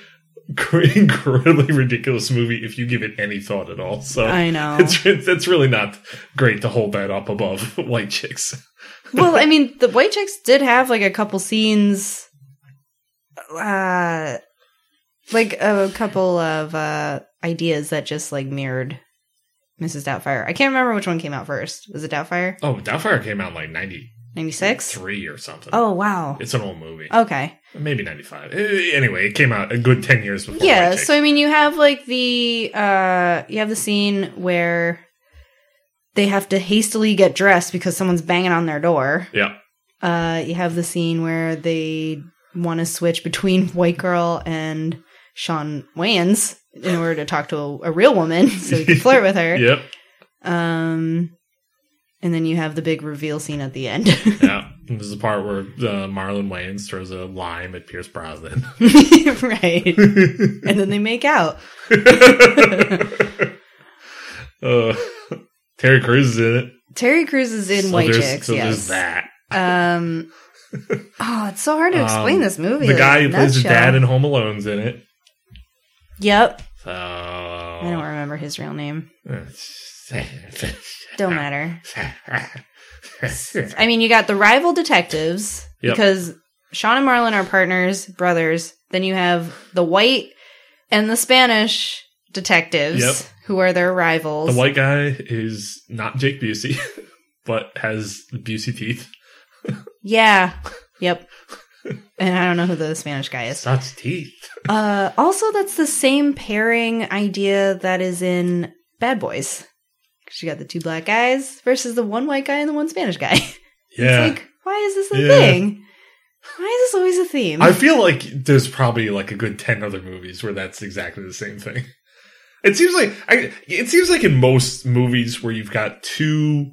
Speaker 2: cr- incredibly ridiculous movie if you give it any thought at all. So
Speaker 1: I know.
Speaker 2: it's that's really not great to hold that up above white chicks.
Speaker 1: well, I mean, the White Chicks did have like a couple scenes, uh, like a couple of uh, ideas that just like mirrored Mrs. Doubtfire. I can't remember which one came out first. Was it Doubtfire?
Speaker 2: Oh, Doubtfire came out in like ninety
Speaker 1: 96?
Speaker 2: three or something.
Speaker 1: Oh, wow.
Speaker 2: it's an old movie.
Speaker 1: Okay.
Speaker 2: Maybe ninety five. Anyway, it came out a good ten years before.
Speaker 1: yeah
Speaker 2: White Chicks.
Speaker 1: so i mean you have like the uh you have the scene where they have to hastily get dressed because someone's banging on their door
Speaker 2: yeah,
Speaker 1: uh you have the scene where they want to switch between white girl and sean wayans in order to talk to a, a real woman so he can flirt with her
Speaker 2: yep,
Speaker 1: um and then you have the big reveal scene at the end
Speaker 2: yeah. And this is the part where uh, Marlon Wayans throws a lime at Pierce Brosnan.
Speaker 1: right and then they make out
Speaker 2: uh, Terry Crews is in it.
Speaker 1: terry Crews is in
Speaker 2: So
Speaker 1: white
Speaker 2: there's-
Speaker 1: chicks
Speaker 2: So
Speaker 1: yes
Speaker 2: there's that.
Speaker 1: Um. Oh, it's so hard to explain
Speaker 2: Um,
Speaker 1: this movie.
Speaker 2: the
Speaker 1: Like,
Speaker 2: guy who
Speaker 1: nut
Speaker 2: plays his
Speaker 1: show.
Speaker 2: dad in Home Alone's in it.
Speaker 1: Yep.
Speaker 2: So
Speaker 1: I don't remember his real name. Don't
Speaker 2: don't
Speaker 1: matter. I mean, you got the rival detectives
Speaker 2: Yep.
Speaker 1: because Sean and Marlon are partners, brothers. Then you have the white and the Spanish detectives
Speaker 2: Yep.
Speaker 1: who are their rivals.
Speaker 2: the white guy is not Jake Busey, but has the Busey teeth.
Speaker 1: yeah. Yep. and I don't know who the Spanish guy is.
Speaker 2: Such teeth.
Speaker 1: Uh, also, that's the same pairing idea that is in Bad Boys. 'Cause you got the two black guys versus the one white guy and the one Spanish guy.
Speaker 2: Yeah.
Speaker 1: it's like, why is this a
Speaker 2: Yeah.
Speaker 1: thing? Why is this always a theme?
Speaker 2: I feel like there's probably like a good ten other movies where that's exactly the same thing. It seems like I, it seems like in most movies where you've got two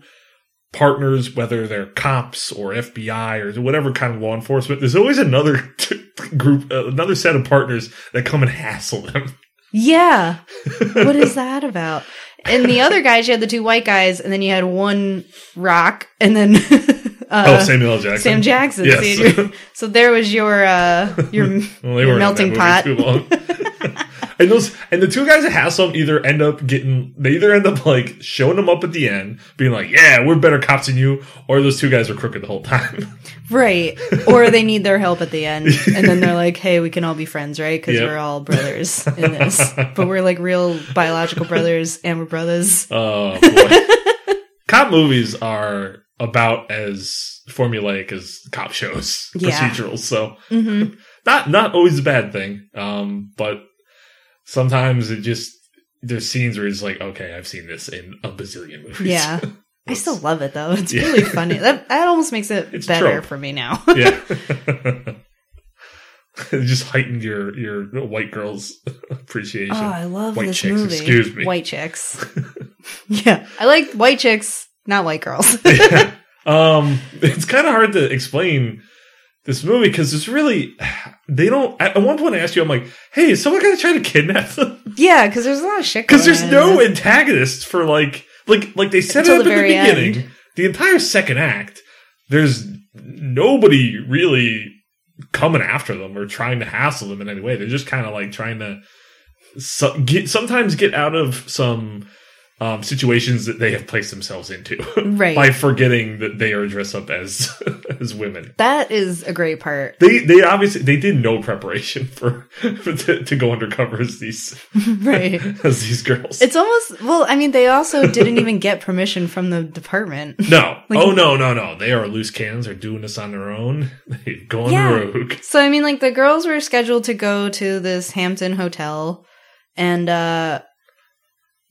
Speaker 2: partners, whether they're cops or FBI or whatever kind of law enforcement, there's always another t- group, uh, another set of partners that come and hassle them.
Speaker 1: yeah. What is that about? And the other guys, you had the two white guys, and then you had one rock, and then
Speaker 2: oh,
Speaker 1: uh,
Speaker 2: Samuel L. Jackson.
Speaker 1: Sam Jackson.
Speaker 2: Yes.
Speaker 1: See, your- so there was your uh, your
Speaker 2: Well, they were melting
Speaker 1: melting
Speaker 2: pot. Too long. and those and the two guys that hassle him either end up getting they either end up like showing them up at the end, being like, "Yeah, we're better cops than you," or those two guys were crooked the whole time.
Speaker 1: Right. Or they need their help at the end. And then they're like, hey, we can all be friends, right? Because
Speaker 2: Yep.
Speaker 1: we're all brothers in this. But we're like real biological brothers and we're brothers.
Speaker 2: oh boy, cop movies are about as formulaic as cop shows,
Speaker 1: Yeah.
Speaker 2: procedurals. So
Speaker 1: hmm
Speaker 2: not not always a bad thing, um, but sometimes it just there's scenes where it's like, okay, I've seen this in a bazillion movies.
Speaker 1: Yeah. I
Speaker 2: It's-
Speaker 1: still love it though. It's
Speaker 2: Yeah.
Speaker 1: really funny. That, that almost makes it
Speaker 2: It's
Speaker 1: better
Speaker 2: trope.
Speaker 1: for me now.
Speaker 2: yeah. it just heightened your your white girls appreciation.
Speaker 1: Oh, I love
Speaker 2: White
Speaker 1: this
Speaker 2: chicks,
Speaker 1: movie.
Speaker 2: excuse me.
Speaker 1: White chicks. yeah. I like white chicks, not white girls.
Speaker 2: Yeah. Um, it's kind of hard to explain this movie because it's really they don't. At at one point, I asked you, I'm like, "Hey, is someone gonna try to kidnap them?"
Speaker 1: yeah, because there's a lot of shit
Speaker 2: Because there's
Speaker 1: going on in
Speaker 2: no
Speaker 1: this.
Speaker 2: antagonist for like like like they set it
Speaker 1: Until
Speaker 2: up
Speaker 1: the
Speaker 2: at the
Speaker 1: very end.
Speaker 2: beginning. The entire second act, there's nobody really coming after them or trying to hassle them in any way. They're just kind of like trying to so, get sometimes get out of some um, situations that they have placed themselves into
Speaker 1: Right.
Speaker 2: by forgetting that they are dressed up as as women.
Speaker 1: That is a great part.
Speaker 2: They they obviously they did no preparation for, for to, to go undercover as these
Speaker 1: right.
Speaker 2: as these girls.
Speaker 1: It's almost well, I mean, they also didn't even get permission from the department.
Speaker 2: no,
Speaker 1: like-
Speaker 2: oh no, no, no! They are loose cannons. They're doing this on their own. They go on
Speaker 1: Yeah.
Speaker 2: rogue.
Speaker 1: So I mean, like the girls were scheduled to go to this Hampton hotel, and uh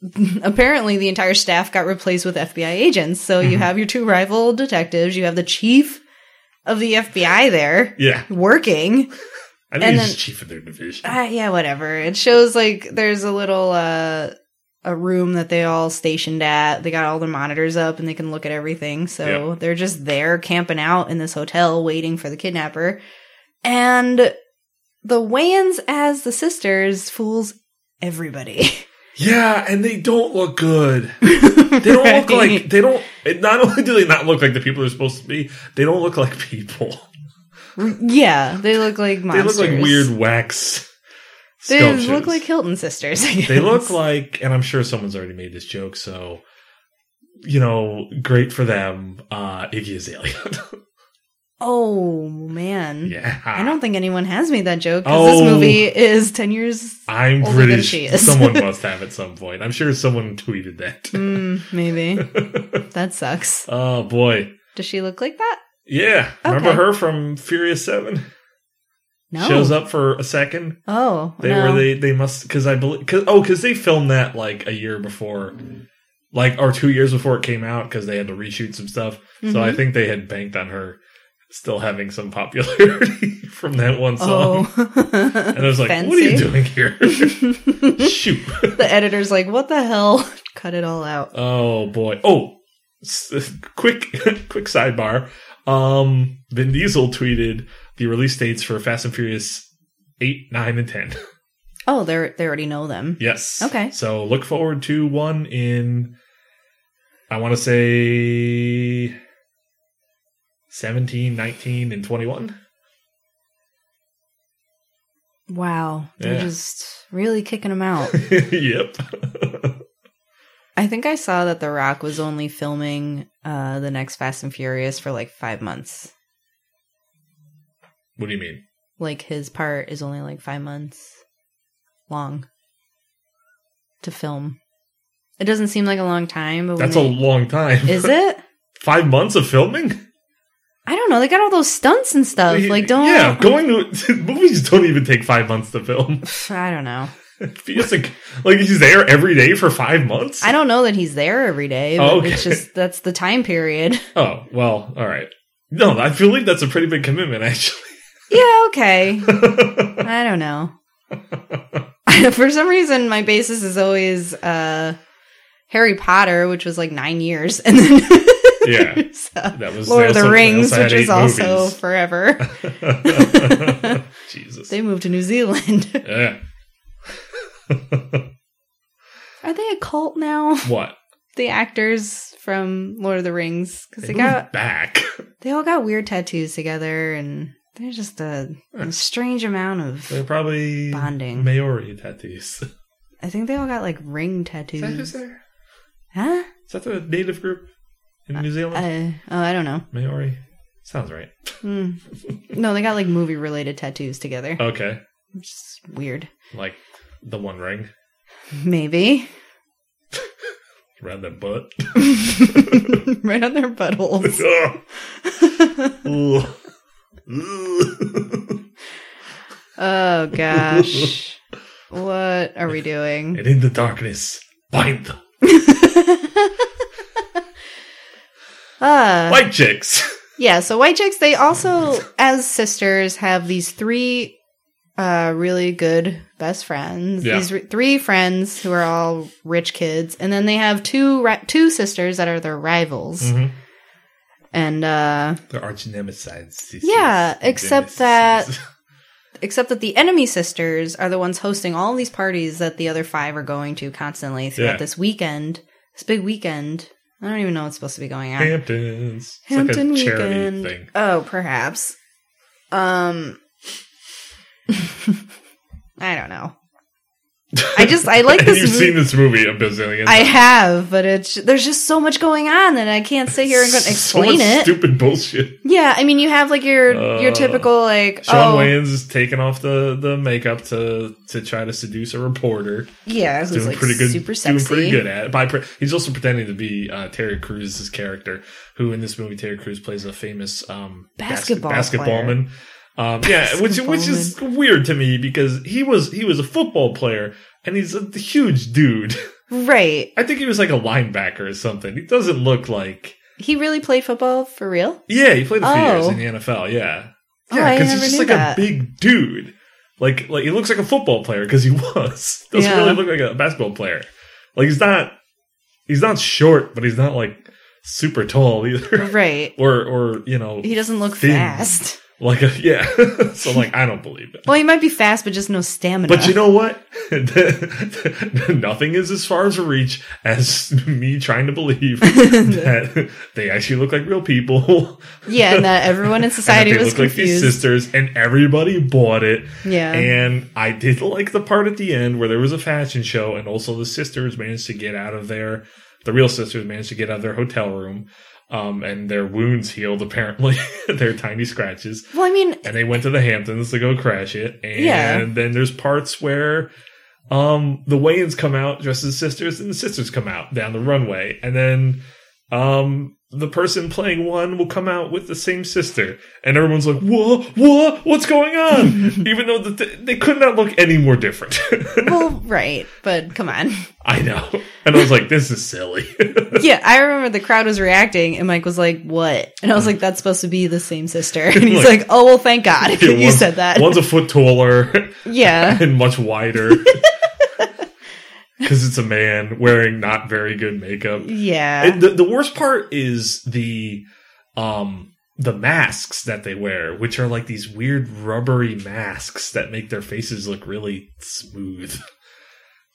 Speaker 1: apparently the entire staff got replaced with FBI agents. So you
Speaker 2: Mhm.
Speaker 1: have your two rival detectives, you have the chief of the FBI there
Speaker 2: Yeah,
Speaker 1: working.
Speaker 2: I think
Speaker 1: And
Speaker 2: he's
Speaker 1: then-
Speaker 2: chief of their division.
Speaker 1: Ah, yeah, whatever. It shows like there's a little uh a room that they all stationed at. They got all their monitors up and they can look at everything. So they're just there camping out in this hotel waiting for the kidnapper. And the Wayans as the sisters fools everybody.
Speaker 2: yeah, and they don't look good.
Speaker 1: they
Speaker 2: They don't look like they don't. it- Not only do they not look like the people they're supposed to be, they don't look like people.
Speaker 1: Yeah, they look like monsters.
Speaker 2: They look like weird wax.
Speaker 1: They
Speaker 2: sculptures.
Speaker 1: look like Hilton sisters. I guess.
Speaker 2: They look like, and I'm sure someone's already made this joke. So, you know, great for them. Uh, Iggy Azalea.
Speaker 1: Oh man.
Speaker 2: yeah,
Speaker 1: I don't think anyone has made that joke because
Speaker 2: Oh.
Speaker 1: this movie is 10 years.
Speaker 2: I'm
Speaker 1: older
Speaker 2: pretty
Speaker 1: than she
Speaker 2: sure
Speaker 1: is.
Speaker 2: someone must have at some point. I'm sure someone tweeted that.
Speaker 1: Mm, maybe. That sucks.
Speaker 2: oh boy,
Speaker 1: Does she look like that?
Speaker 2: yeah. Remember
Speaker 1: Okay.
Speaker 2: her from Furious Seven?
Speaker 1: No.
Speaker 2: Shows up for a second.
Speaker 1: Oh.
Speaker 2: They
Speaker 1: no.
Speaker 2: were they they must because I believe cause, oh because they filmed that like a year before, like or two years before it came out because they had to reshoot some stuff. So I
Speaker 1: Mhm.
Speaker 2: think they had banked on her still having some popularity from that one song.
Speaker 1: Oh.
Speaker 2: And I was like, what are you
Speaker 1: fancy.
Speaker 2: doing here? Shoot!
Speaker 1: the editor's like, what the hell? Cut it all out.
Speaker 2: Oh boy! Oh, s- quick quick sidebar. Um, Vin Diesel tweeted the release dates for Fast and Furious eight, nine, and ten.
Speaker 1: Oh, they are they already know them.
Speaker 2: Yes.
Speaker 1: Okay.
Speaker 2: So look forward to one in, I want to say, 17, 19, and 21.
Speaker 1: Wow. They're
Speaker 2: Yeah.
Speaker 1: just really kicking them out.
Speaker 2: yep.
Speaker 1: I think I saw that The Rock was only filming uh, the next Fast and Furious for like five months.
Speaker 2: what do you mean?
Speaker 1: like his part is only like five months long to film. It doesn't seem like a long time, but when
Speaker 2: That's a
Speaker 1: they-
Speaker 2: long time.
Speaker 1: is it?
Speaker 2: Five months of filming?
Speaker 1: I don't know. They got all those stunts and stuff. Like, don't.
Speaker 2: Yeah, going to movies don't even take five months to film.
Speaker 1: I don't know.
Speaker 2: He doesn't- like he's there every day for five months.
Speaker 1: I don't know that he's there every day. But
Speaker 2: Oh, okay.
Speaker 1: It's just that's the time period.
Speaker 2: oh well, all right. No, I feel like that's a pretty big commitment, actually.
Speaker 1: yeah. Okay. I don't know. For some reason, my basis is always uh, Harry Potter, which was like nine years, and then
Speaker 2: Yeah.
Speaker 1: so.
Speaker 2: that was
Speaker 1: Lord of
Speaker 2: they
Speaker 1: the
Speaker 2: also- they
Speaker 1: Rings,
Speaker 2: also had
Speaker 1: which is
Speaker 2: eight
Speaker 1: also
Speaker 2: movies.
Speaker 1: forever.
Speaker 2: Jesus.
Speaker 1: They moved to New Zealand.
Speaker 2: yeah.
Speaker 1: Are they a cult now?
Speaker 2: What?
Speaker 1: The actors from Lord of the Rings, because
Speaker 2: They
Speaker 1: they
Speaker 2: moved
Speaker 1: got
Speaker 2: back.
Speaker 1: they all got weird tattoos together, and they're just a, a strange amount
Speaker 2: They're
Speaker 1: of.
Speaker 2: probably
Speaker 1: Bonding.
Speaker 2: Maori tattoos.
Speaker 1: I think they all got like ring
Speaker 2: Is that who's
Speaker 1: tattoos.
Speaker 2: there?
Speaker 1: Huh?
Speaker 2: Is that the native group in New Zealand?
Speaker 1: Uh, oh, I don't know.
Speaker 2: Maori? Sounds right.
Speaker 1: Hmm. No, they got like movie related tattoos together.
Speaker 2: Okay.
Speaker 1: Which is weird.
Speaker 2: Like the one ring
Speaker 1: Maybe
Speaker 2: around the butt.
Speaker 1: right on their buttholes.
Speaker 2: Ooh. Ooh.
Speaker 1: Oh gosh. What are we doing?
Speaker 2: and in the darkness, bind them.
Speaker 1: uh,
Speaker 2: White chicks.
Speaker 1: yeah, so White Chicks, they also, as sisters, have these three uh, really good best friends.
Speaker 2: Yeah.
Speaker 1: These r- three friends who are all rich kids. And then they have two ri- two sisters that are their rivals.
Speaker 2: Mhm.
Speaker 1: And uh,
Speaker 2: They're arch nemesis.
Speaker 1: Yeah, except that-
Speaker 2: Nemesis.
Speaker 1: except that the enemy sisters are the ones hosting all these parties that the other five are going to constantly throughout
Speaker 2: Yeah.
Speaker 1: this weekend, this big weekend. I don't even know what's supposed to be going on.
Speaker 2: Hamptons. It's
Speaker 1: Hampton
Speaker 2: like a charity
Speaker 1: weekend.
Speaker 2: thing.
Speaker 1: Oh, perhaps. Um, I don't know. I just I like
Speaker 2: And
Speaker 1: this.
Speaker 2: You've
Speaker 1: mo-
Speaker 2: seen this movie a bazillion.
Speaker 1: I
Speaker 2: times.
Speaker 1: have, but it's there's just so much going on that I can't sit here and go-
Speaker 2: So
Speaker 1: explain
Speaker 2: much
Speaker 1: it.
Speaker 2: Stupid bullshit.
Speaker 1: Yeah, I mean, you have like your your
Speaker 2: Uh,
Speaker 1: typical like
Speaker 2: Sean
Speaker 1: oh
Speaker 2: Wayans is taking off the, the makeup to to try to seduce a reporter.
Speaker 1: yeah, who's
Speaker 2: doing
Speaker 1: like
Speaker 2: pretty good,
Speaker 1: super
Speaker 2: doing
Speaker 1: sexy.
Speaker 2: pretty good at it. By pre- he's also pretending to be uh, Terry Cruz's character, who in this movie Terry Cruz plays a famous um,
Speaker 1: Basketball
Speaker 2: basketballman. Um, yeah, which which is weird to me because he was he was a football player and he's a huge dude.
Speaker 1: Right?
Speaker 2: I think he was like a linebacker or something. He doesn't look like
Speaker 1: He really played football for real.
Speaker 2: yeah. He played a few
Speaker 1: Oh.
Speaker 2: years in the NFL. Yeah,
Speaker 1: Oh, I
Speaker 2: yeah, because he's
Speaker 1: never
Speaker 2: just
Speaker 1: knew
Speaker 2: like
Speaker 1: that.
Speaker 2: a big dude. Like like he looks like a football player because he was doesn't
Speaker 1: Yeah.
Speaker 2: really look like a basketball player. Like he's not he's not short, but he's not like super tall either,
Speaker 1: Right?
Speaker 2: or or you know
Speaker 1: He doesn't look
Speaker 2: Thin.
Speaker 1: fast.
Speaker 2: like a yeah. so like I don't believe it.
Speaker 1: Well, he might be fast, but just no stamina.
Speaker 2: But you know what? Nothing is as far as a reach as me trying to believe that they actually look like real people.
Speaker 1: yeah, and that everyone in
Speaker 2: and that
Speaker 1: society
Speaker 2: they
Speaker 1: was
Speaker 2: look like these
Speaker 1: confused.
Speaker 2: sisters, and everybody bought it.
Speaker 1: yeah,
Speaker 2: And I did like the part at the end where there was a fashion show, and also the sisters managed to get out of their, the real sisters managed to get out of their hotel room, um, and their wounds healed apparently, their tiny scratches.
Speaker 1: well, I mean,
Speaker 2: And they went to the Hamptons to go crash it. And
Speaker 1: Yeah.
Speaker 2: then there's parts where, um, the Wayans come out dressed as sisters, and the sisters come out down the runway, and then, um. The person playing one will come out with the same sister, and everyone's like, "Whoa, whoa, what's going on?" even though the th- they could not look any more different.
Speaker 1: well, right? But come on.
Speaker 2: I know, and I was like, "This is silly."
Speaker 1: Yeah, I remember the crowd was reacting, and Mike was like, "What?" And I was like, "That's supposed to be the same sister." And he's
Speaker 2: Like-
Speaker 1: like, "Oh well, thank God
Speaker 2: Yeah,
Speaker 1: you
Speaker 2: one-
Speaker 1: said that."
Speaker 2: One's a foot taller
Speaker 1: yeah,
Speaker 2: and much wider because it's a man wearing not very good makeup.
Speaker 1: yeah.
Speaker 2: And the, the worst part is the um the masks that they wear, which are like these weird rubbery masks that make their faces look really smooth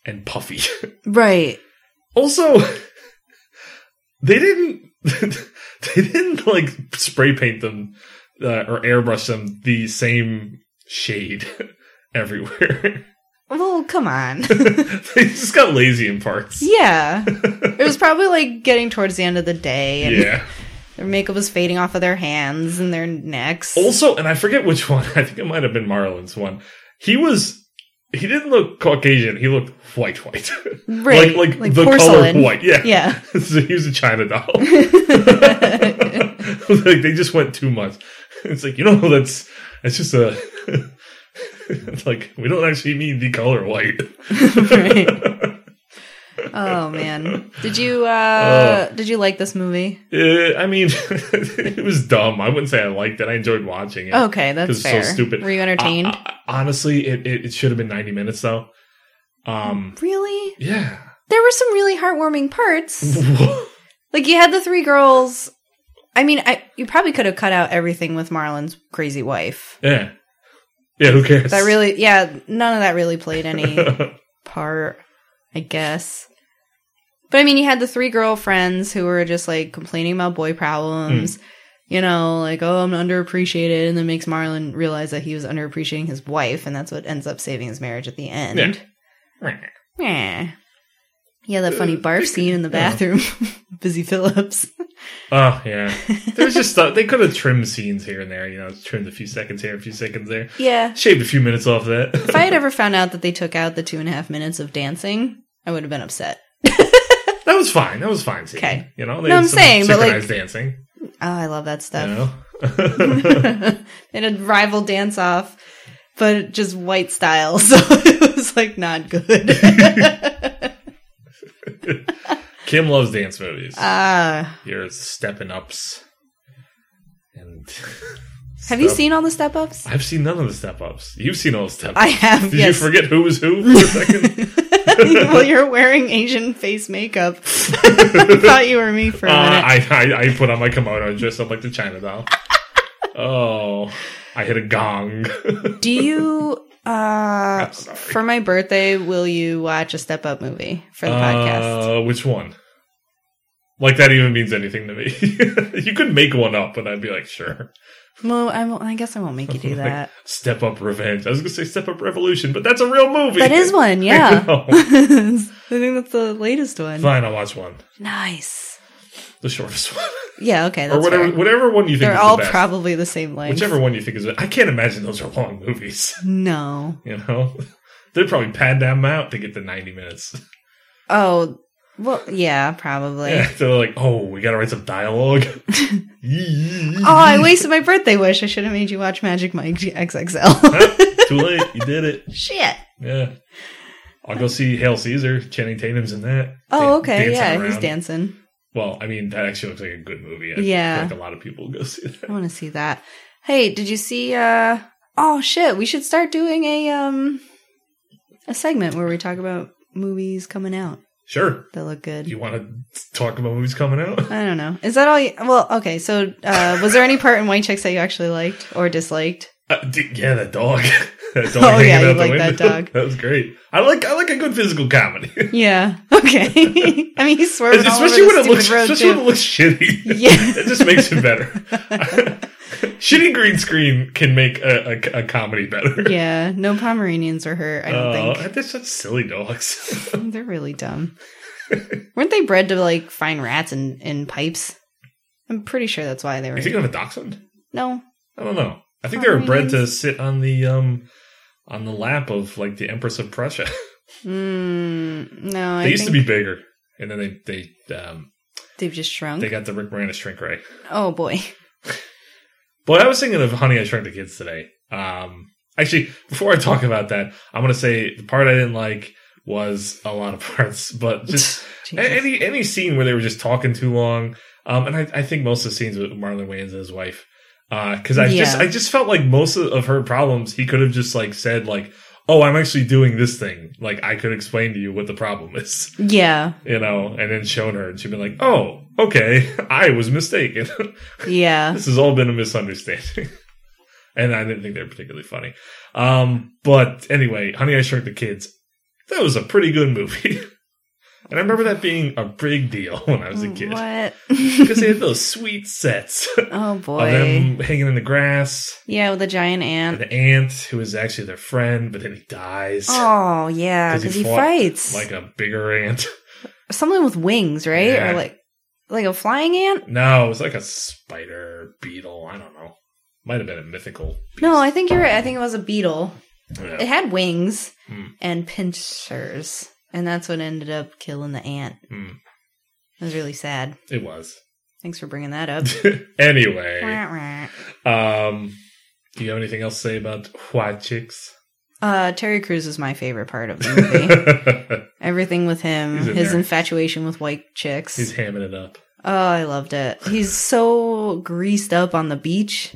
Speaker 2: and puffy.
Speaker 1: Right.
Speaker 2: Also, they didn't they didn't like spray paint them uh, or airbrush them the same shade everywhere.
Speaker 1: Well, come on.
Speaker 2: they just got lazy in parts.
Speaker 1: Yeah. It was probably like getting towards the end of the day and
Speaker 2: Yeah.
Speaker 1: their makeup was fading off of their hands and their necks.
Speaker 2: Also, and I forget which one. I think it might have been Marlin's one. He was he didn't look Caucasian. He looked white, white,
Speaker 1: right.
Speaker 2: like like, the color white. Yeah,
Speaker 1: Yeah.
Speaker 2: so he was a China doll. like they just went too much. It's like you know that's that's just a it's like we don't actually mean the color white.
Speaker 1: Right. Oh man. Did you uh, did you like this movie?
Speaker 2: Uh, I mean, it was dumb. I wouldn't say I liked it. I enjoyed watching it.
Speaker 1: Okay, that's
Speaker 2: 'Cause it's so
Speaker 1: fair.
Speaker 2: stupid. Ah,
Speaker 1: Were you entertained?
Speaker 2: I- I- honestly, it, it, it should have been ninety minutes though. Um,
Speaker 1: really?
Speaker 2: yeah.
Speaker 1: There were some really heartwarming parts.
Speaker 2: yeah,
Speaker 1: like you had the three girls. I mean, I you probably could have cut out everything with Marlon's crazy wife.
Speaker 2: yeah. Who cares?
Speaker 1: That really, yeah, none of that really played any
Speaker 2: yeah,
Speaker 1: part, I guess. But I mean, you had the three girlfriends who were just like complaining about boy problems,
Speaker 2: Mm.
Speaker 1: you know, like, oh, I'm underappreciated. And then makes Marlon realize that he was underappreciating his wife, and that's what ends up saving his marriage at the end. Yeah. Yeah, that funny
Speaker 2: Uh,
Speaker 1: barf scene in the
Speaker 2: yeah.
Speaker 1: bathroom. Busy Phillips.
Speaker 2: oh yeah. There's just stuff they could have trimmed scenes here and there. You know, trimmed a few seconds here, a few seconds there,
Speaker 1: Yeah.
Speaker 2: shaved a few minutes off that.
Speaker 1: If I had ever found out that they took out the two and a half minutes of dancing, I would have been upset.
Speaker 2: that was fine. That was fine. Scene.
Speaker 1: Okay.
Speaker 2: You know, they
Speaker 1: No,
Speaker 2: had
Speaker 1: I'm
Speaker 2: some
Speaker 1: saying, but, like,
Speaker 2: synchronized dancing.
Speaker 1: Oh, I love that stuff.
Speaker 2: You know.
Speaker 1: they had a rival dance off, but just white style, so it was like not good.
Speaker 2: Kim loves dance movies.
Speaker 1: Ah,
Speaker 2: Your stepping ups. And
Speaker 1: have you
Speaker 2: stuff.
Speaker 1: seen all the step ups?
Speaker 2: I've seen none of the step ups. You've seen all the step ups.
Speaker 1: I have.
Speaker 2: Did
Speaker 1: yes.
Speaker 2: you forget who was who for a second?
Speaker 1: well, you're wearing Asian face makeup. I thought you were me for a
Speaker 2: Uh,
Speaker 1: minute.
Speaker 2: I, I I put on my kimono and dressed up like the China doll. oh, I hit a gong.
Speaker 1: Do you? Uh,
Speaker 2: I'm sorry.
Speaker 1: for my birthday, will you watch a step up movie for the podcast?
Speaker 2: Uh, which one? Uh, Like that even means anything to me. you could make one up, and I'd be like, sure.
Speaker 1: Well, I, won't, I guess I won't make you do
Speaker 2: Like,
Speaker 1: that.
Speaker 2: Step Up Revenge. I was going to say Step Up Revolution, but that's a real movie.
Speaker 1: That is one, yeah.
Speaker 2: know.
Speaker 1: I think that's the latest one.
Speaker 2: Fine, I'll watch one.
Speaker 1: Nice.
Speaker 2: The shortest one.
Speaker 1: Yeah, okay, that's
Speaker 2: or whatever
Speaker 1: fair.
Speaker 2: whatever one you think
Speaker 1: They're
Speaker 2: is
Speaker 1: all
Speaker 2: the best.
Speaker 1: probably the same length.
Speaker 2: Whichever one you think is I can't imagine those are long movies.
Speaker 1: No.
Speaker 2: You know? They'd probably pad them out to get to 90 minutes.
Speaker 1: Oh, well, yeah, probably.
Speaker 2: yeah, they're like, oh, we got to write some dialogue.
Speaker 1: Oh, I wasted my birthday wish. I should have made you watch Magic Mike XXL.
Speaker 2: Too late. You did it.
Speaker 1: Shit.
Speaker 2: Yeah. I'll go see Hail Caesar. Channing Tatum's in that. Dan-
Speaker 1: Oh, okay.
Speaker 2: dancing
Speaker 1: Yeah, he's
Speaker 2: around.
Speaker 1: dancing.
Speaker 2: Well, I mean, that actually looks like a good movie. I
Speaker 1: Yeah.
Speaker 2: feel like a lot of people go see
Speaker 1: I
Speaker 2: that.
Speaker 1: want to see that. Hey, did you see uh oh shit, we should start doing a um a segment where we talk about movies coming out
Speaker 2: Sure.
Speaker 1: that look good.
Speaker 2: You want to talk about movies coming out?
Speaker 1: I don't know. Is that all you Well, okay. So, uh was there any part in White Chicks that you actually liked or disliked?
Speaker 2: Uh, d- yeah, that dog. that dog
Speaker 1: Oh,
Speaker 2: hanging
Speaker 1: yeah,
Speaker 2: out
Speaker 1: you
Speaker 2: the
Speaker 1: like
Speaker 2: window.
Speaker 1: that dog.
Speaker 2: that was great. I like I like a good physical comedy,
Speaker 1: Yeah. Okay. I mean, he's swerving all
Speaker 2: especially
Speaker 1: over
Speaker 2: when
Speaker 1: the
Speaker 2: it looks
Speaker 1: stupid road
Speaker 2: especially when it
Speaker 1: too.
Speaker 2: looks shitty.
Speaker 1: Yeah.
Speaker 2: it just makes it better. shitty green screen can make a, a, a comedy better.
Speaker 1: Yeah, no Pomeranians were hurt, I don't
Speaker 2: Uh,
Speaker 1: think.
Speaker 2: that's such silly dogs.
Speaker 1: They're really dumb. Weren't they bred to like find rats in, in pipes? I'm pretty sure that's why they
Speaker 2: Are
Speaker 1: were.
Speaker 2: you thinking of a dachshund?
Speaker 1: No.
Speaker 2: I don't know. I think they were
Speaker 1: Probably
Speaker 2: bred
Speaker 1: not.
Speaker 2: to sit on the um on the lap of like the Empress of Prussia.
Speaker 1: Mm, no.
Speaker 2: they
Speaker 1: I
Speaker 2: used to be
Speaker 1: think
Speaker 2: bigger, and then they they um
Speaker 1: They've just shrunk.
Speaker 2: they got the Rick Moranis shrink ray.
Speaker 1: oh boy.
Speaker 2: But I was thinking of Honey I Shrunk the Kids today. Um, actually, before I talk about that, I'm gonna say the part I didn't like was a lot of parts, but just a-
Speaker 1: Jesus.
Speaker 2: any any scene where they were just talking too long. Um, and I, I think most of the scenes with Marlon Wayans and his wife, because I just
Speaker 1: Yeah.
Speaker 2: I just felt like most of, of her problems he could have just like said like, oh, I'm actually doing this thing. Like I could explain to you what the problem is,
Speaker 1: yeah.
Speaker 2: you know, and then shown her, and she'd be like, oh, okay, I was mistaken.
Speaker 1: Yeah.
Speaker 2: this has all been a misunderstanding. and I didn't think they were particularly funny. Um, but anyway, Honey, I Shrunk the Kids. That was a pretty good movie. and I remember that being a big deal when I was a kid.
Speaker 1: What?
Speaker 2: Because they had those sweet sets
Speaker 1: oh
Speaker 2: of
Speaker 1: boy.
Speaker 2: them hanging in the grass.
Speaker 1: Yeah, with a giant
Speaker 2: And
Speaker 1: ant.
Speaker 2: the ant, who is actually their friend, but then he dies.
Speaker 1: Oh yeah,
Speaker 2: 'Cause he
Speaker 1: because he
Speaker 2: fought,
Speaker 1: fights
Speaker 2: Like a bigger ant.
Speaker 1: something with wings, right?
Speaker 2: Yeah.
Speaker 1: Or like like a flying ant?
Speaker 2: No, it was like a spider beetle. I don't know. Might have been a mythical. Beast.
Speaker 1: No, I think you're right. I think it was a beetle.
Speaker 2: Yeah.
Speaker 1: It had wings
Speaker 2: Hmm.
Speaker 1: and pincers, and that's what ended up killing the ant.
Speaker 2: Hmm.
Speaker 1: It was really sad.
Speaker 2: it was.
Speaker 1: Thanks for bringing that up.
Speaker 2: anyway,
Speaker 1: Wah, wah.
Speaker 2: um, do you have anything else to say about white chicks?
Speaker 1: uh, Terry Crews is my favorite part of the movie.
Speaker 2: He's
Speaker 1: Everything with him,
Speaker 2: He's in
Speaker 1: his
Speaker 2: there.
Speaker 1: infatuation with white chicks.
Speaker 2: hamming it up.
Speaker 1: oh, I loved it. He's so greased up on the beach.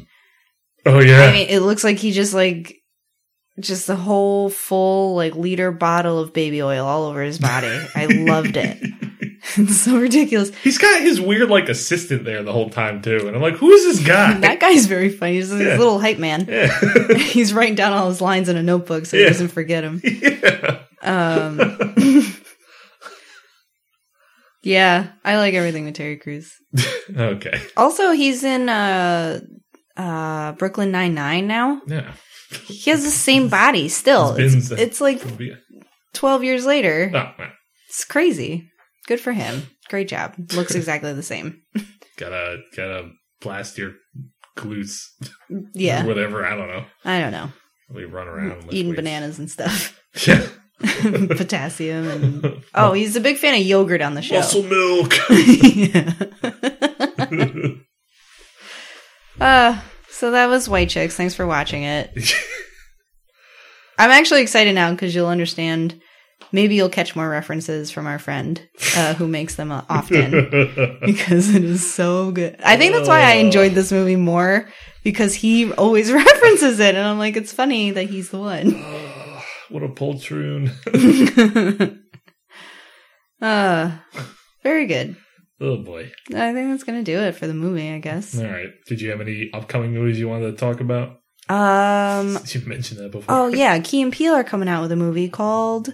Speaker 2: Oh yeah,
Speaker 1: I mean, it looks like he just like just the whole full like liter bottle of baby oil all over his body. I loved it. It's so ridiculous.
Speaker 2: he's got his weird like assistant there the whole time too, and I'm like, who is this guy?
Speaker 1: That guy's very funny. He's
Speaker 2: Yeah.
Speaker 1: a little hype man.
Speaker 2: yeah.
Speaker 1: He's writing down all his lines in a notebook so he
Speaker 2: Yeah.
Speaker 1: doesn't forget them.
Speaker 2: yeah,
Speaker 1: Um, yeah, I like everything with Terry Crews.
Speaker 2: okay,
Speaker 1: Also, he's in uh, uh, Brooklyn Nine Nine now.
Speaker 2: yeah.
Speaker 1: He has the same body still.
Speaker 2: It's been
Speaker 1: It's,
Speaker 2: the-
Speaker 1: it's like
Speaker 2: Oh, yeah.
Speaker 1: twelve years later.
Speaker 2: Oh, man.
Speaker 1: It's crazy. Good for him. Great job. Looks exactly the same.
Speaker 2: gotta gotta blast your glutes, or
Speaker 1: Yeah,
Speaker 2: whatever. I don't know.
Speaker 1: I don't know.
Speaker 2: We run around and lift
Speaker 1: Eating
Speaker 2: weights.
Speaker 1: bananas and stuff,
Speaker 2: Yeah,
Speaker 1: potassium, and oh, he's a big fan of yogurt on the show.
Speaker 2: muscle milk.
Speaker 1: Yeah. Uh, so that was White Chicks. Thanks for watching it. I'm actually excited now because you'll understand. Maybe you'll catch more references from our friend uh, who makes them uh, often because it is so good. I think that's why I enjoyed this movie more because he always references it, and I'm like, it's funny that he's the one.
Speaker 2: Oh, what a poltroon.
Speaker 1: uh, very good.
Speaker 2: oh boy.
Speaker 1: I think that's gonna do it for the movie, I guess.
Speaker 2: All right. Did you have any upcoming movies you wanted to talk about?
Speaker 1: Um,
Speaker 2: Did you mention that before?
Speaker 1: Oh yeah, Key and Peele are coming out with a movie called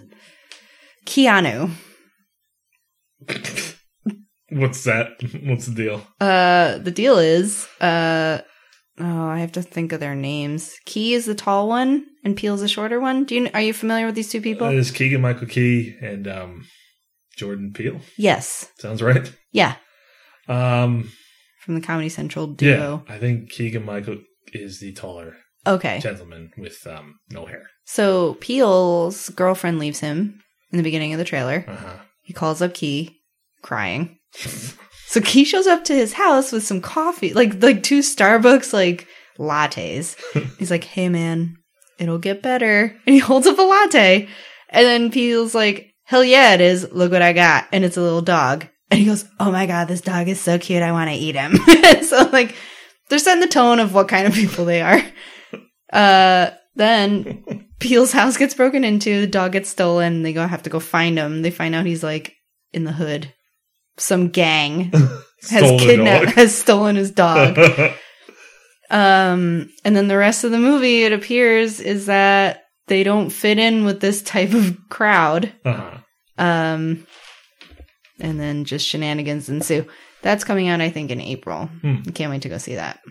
Speaker 1: Keanu.
Speaker 2: What's that? What's the deal?
Speaker 1: Uh, the deal is, uh, oh, I have to think of their names. Key is the tall one, and Peel's the shorter one. Do you are you familiar with these two people?
Speaker 2: Uh, it's Keegan Michael Key and um, Jordan Peele.
Speaker 1: yes,
Speaker 2: Sounds right.
Speaker 1: yeah,
Speaker 2: Um,
Speaker 1: from the Comedy Central
Speaker 2: yeah,
Speaker 1: duo.
Speaker 2: I think Keegan Michael is the taller
Speaker 1: Okay,
Speaker 2: gentleman with um, no hair.
Speaker 1: so Peel's girlfriend leaves him in the beginning of the trailer.
Speaker 2: Uh
Speaker 1: He calls up Key, crying.
Speaker 2: huh.
Speaker 1: So Key shows up to his house with some coffee, like like two Starbucks like lattes. He's like, "Hey man, it'll get better." And he holds up a latte, and then Peel's like, "Hell yeah, it is! Look what I got!" And it's a little dog. And he goes, "Oh my god, this dog is so cute! I want to eat him." so like, they're setting the tone of what kind of people they are. Uh, then Peel's house gets broken into. The dog gets stolen. They go have to go find him. They find out he's like in the hood. Some gang has kidnapped has stolen his dog. um and then the rest of the movie it appears is that they don't fit in with this type of crowd.
Speaker 2: uh-huh.
Speaker 1: Um and then just shenanigans ensue. That's coming out I think in April.
Speaker 2: Hmm.
Speaker 1: I can't wait to go see that.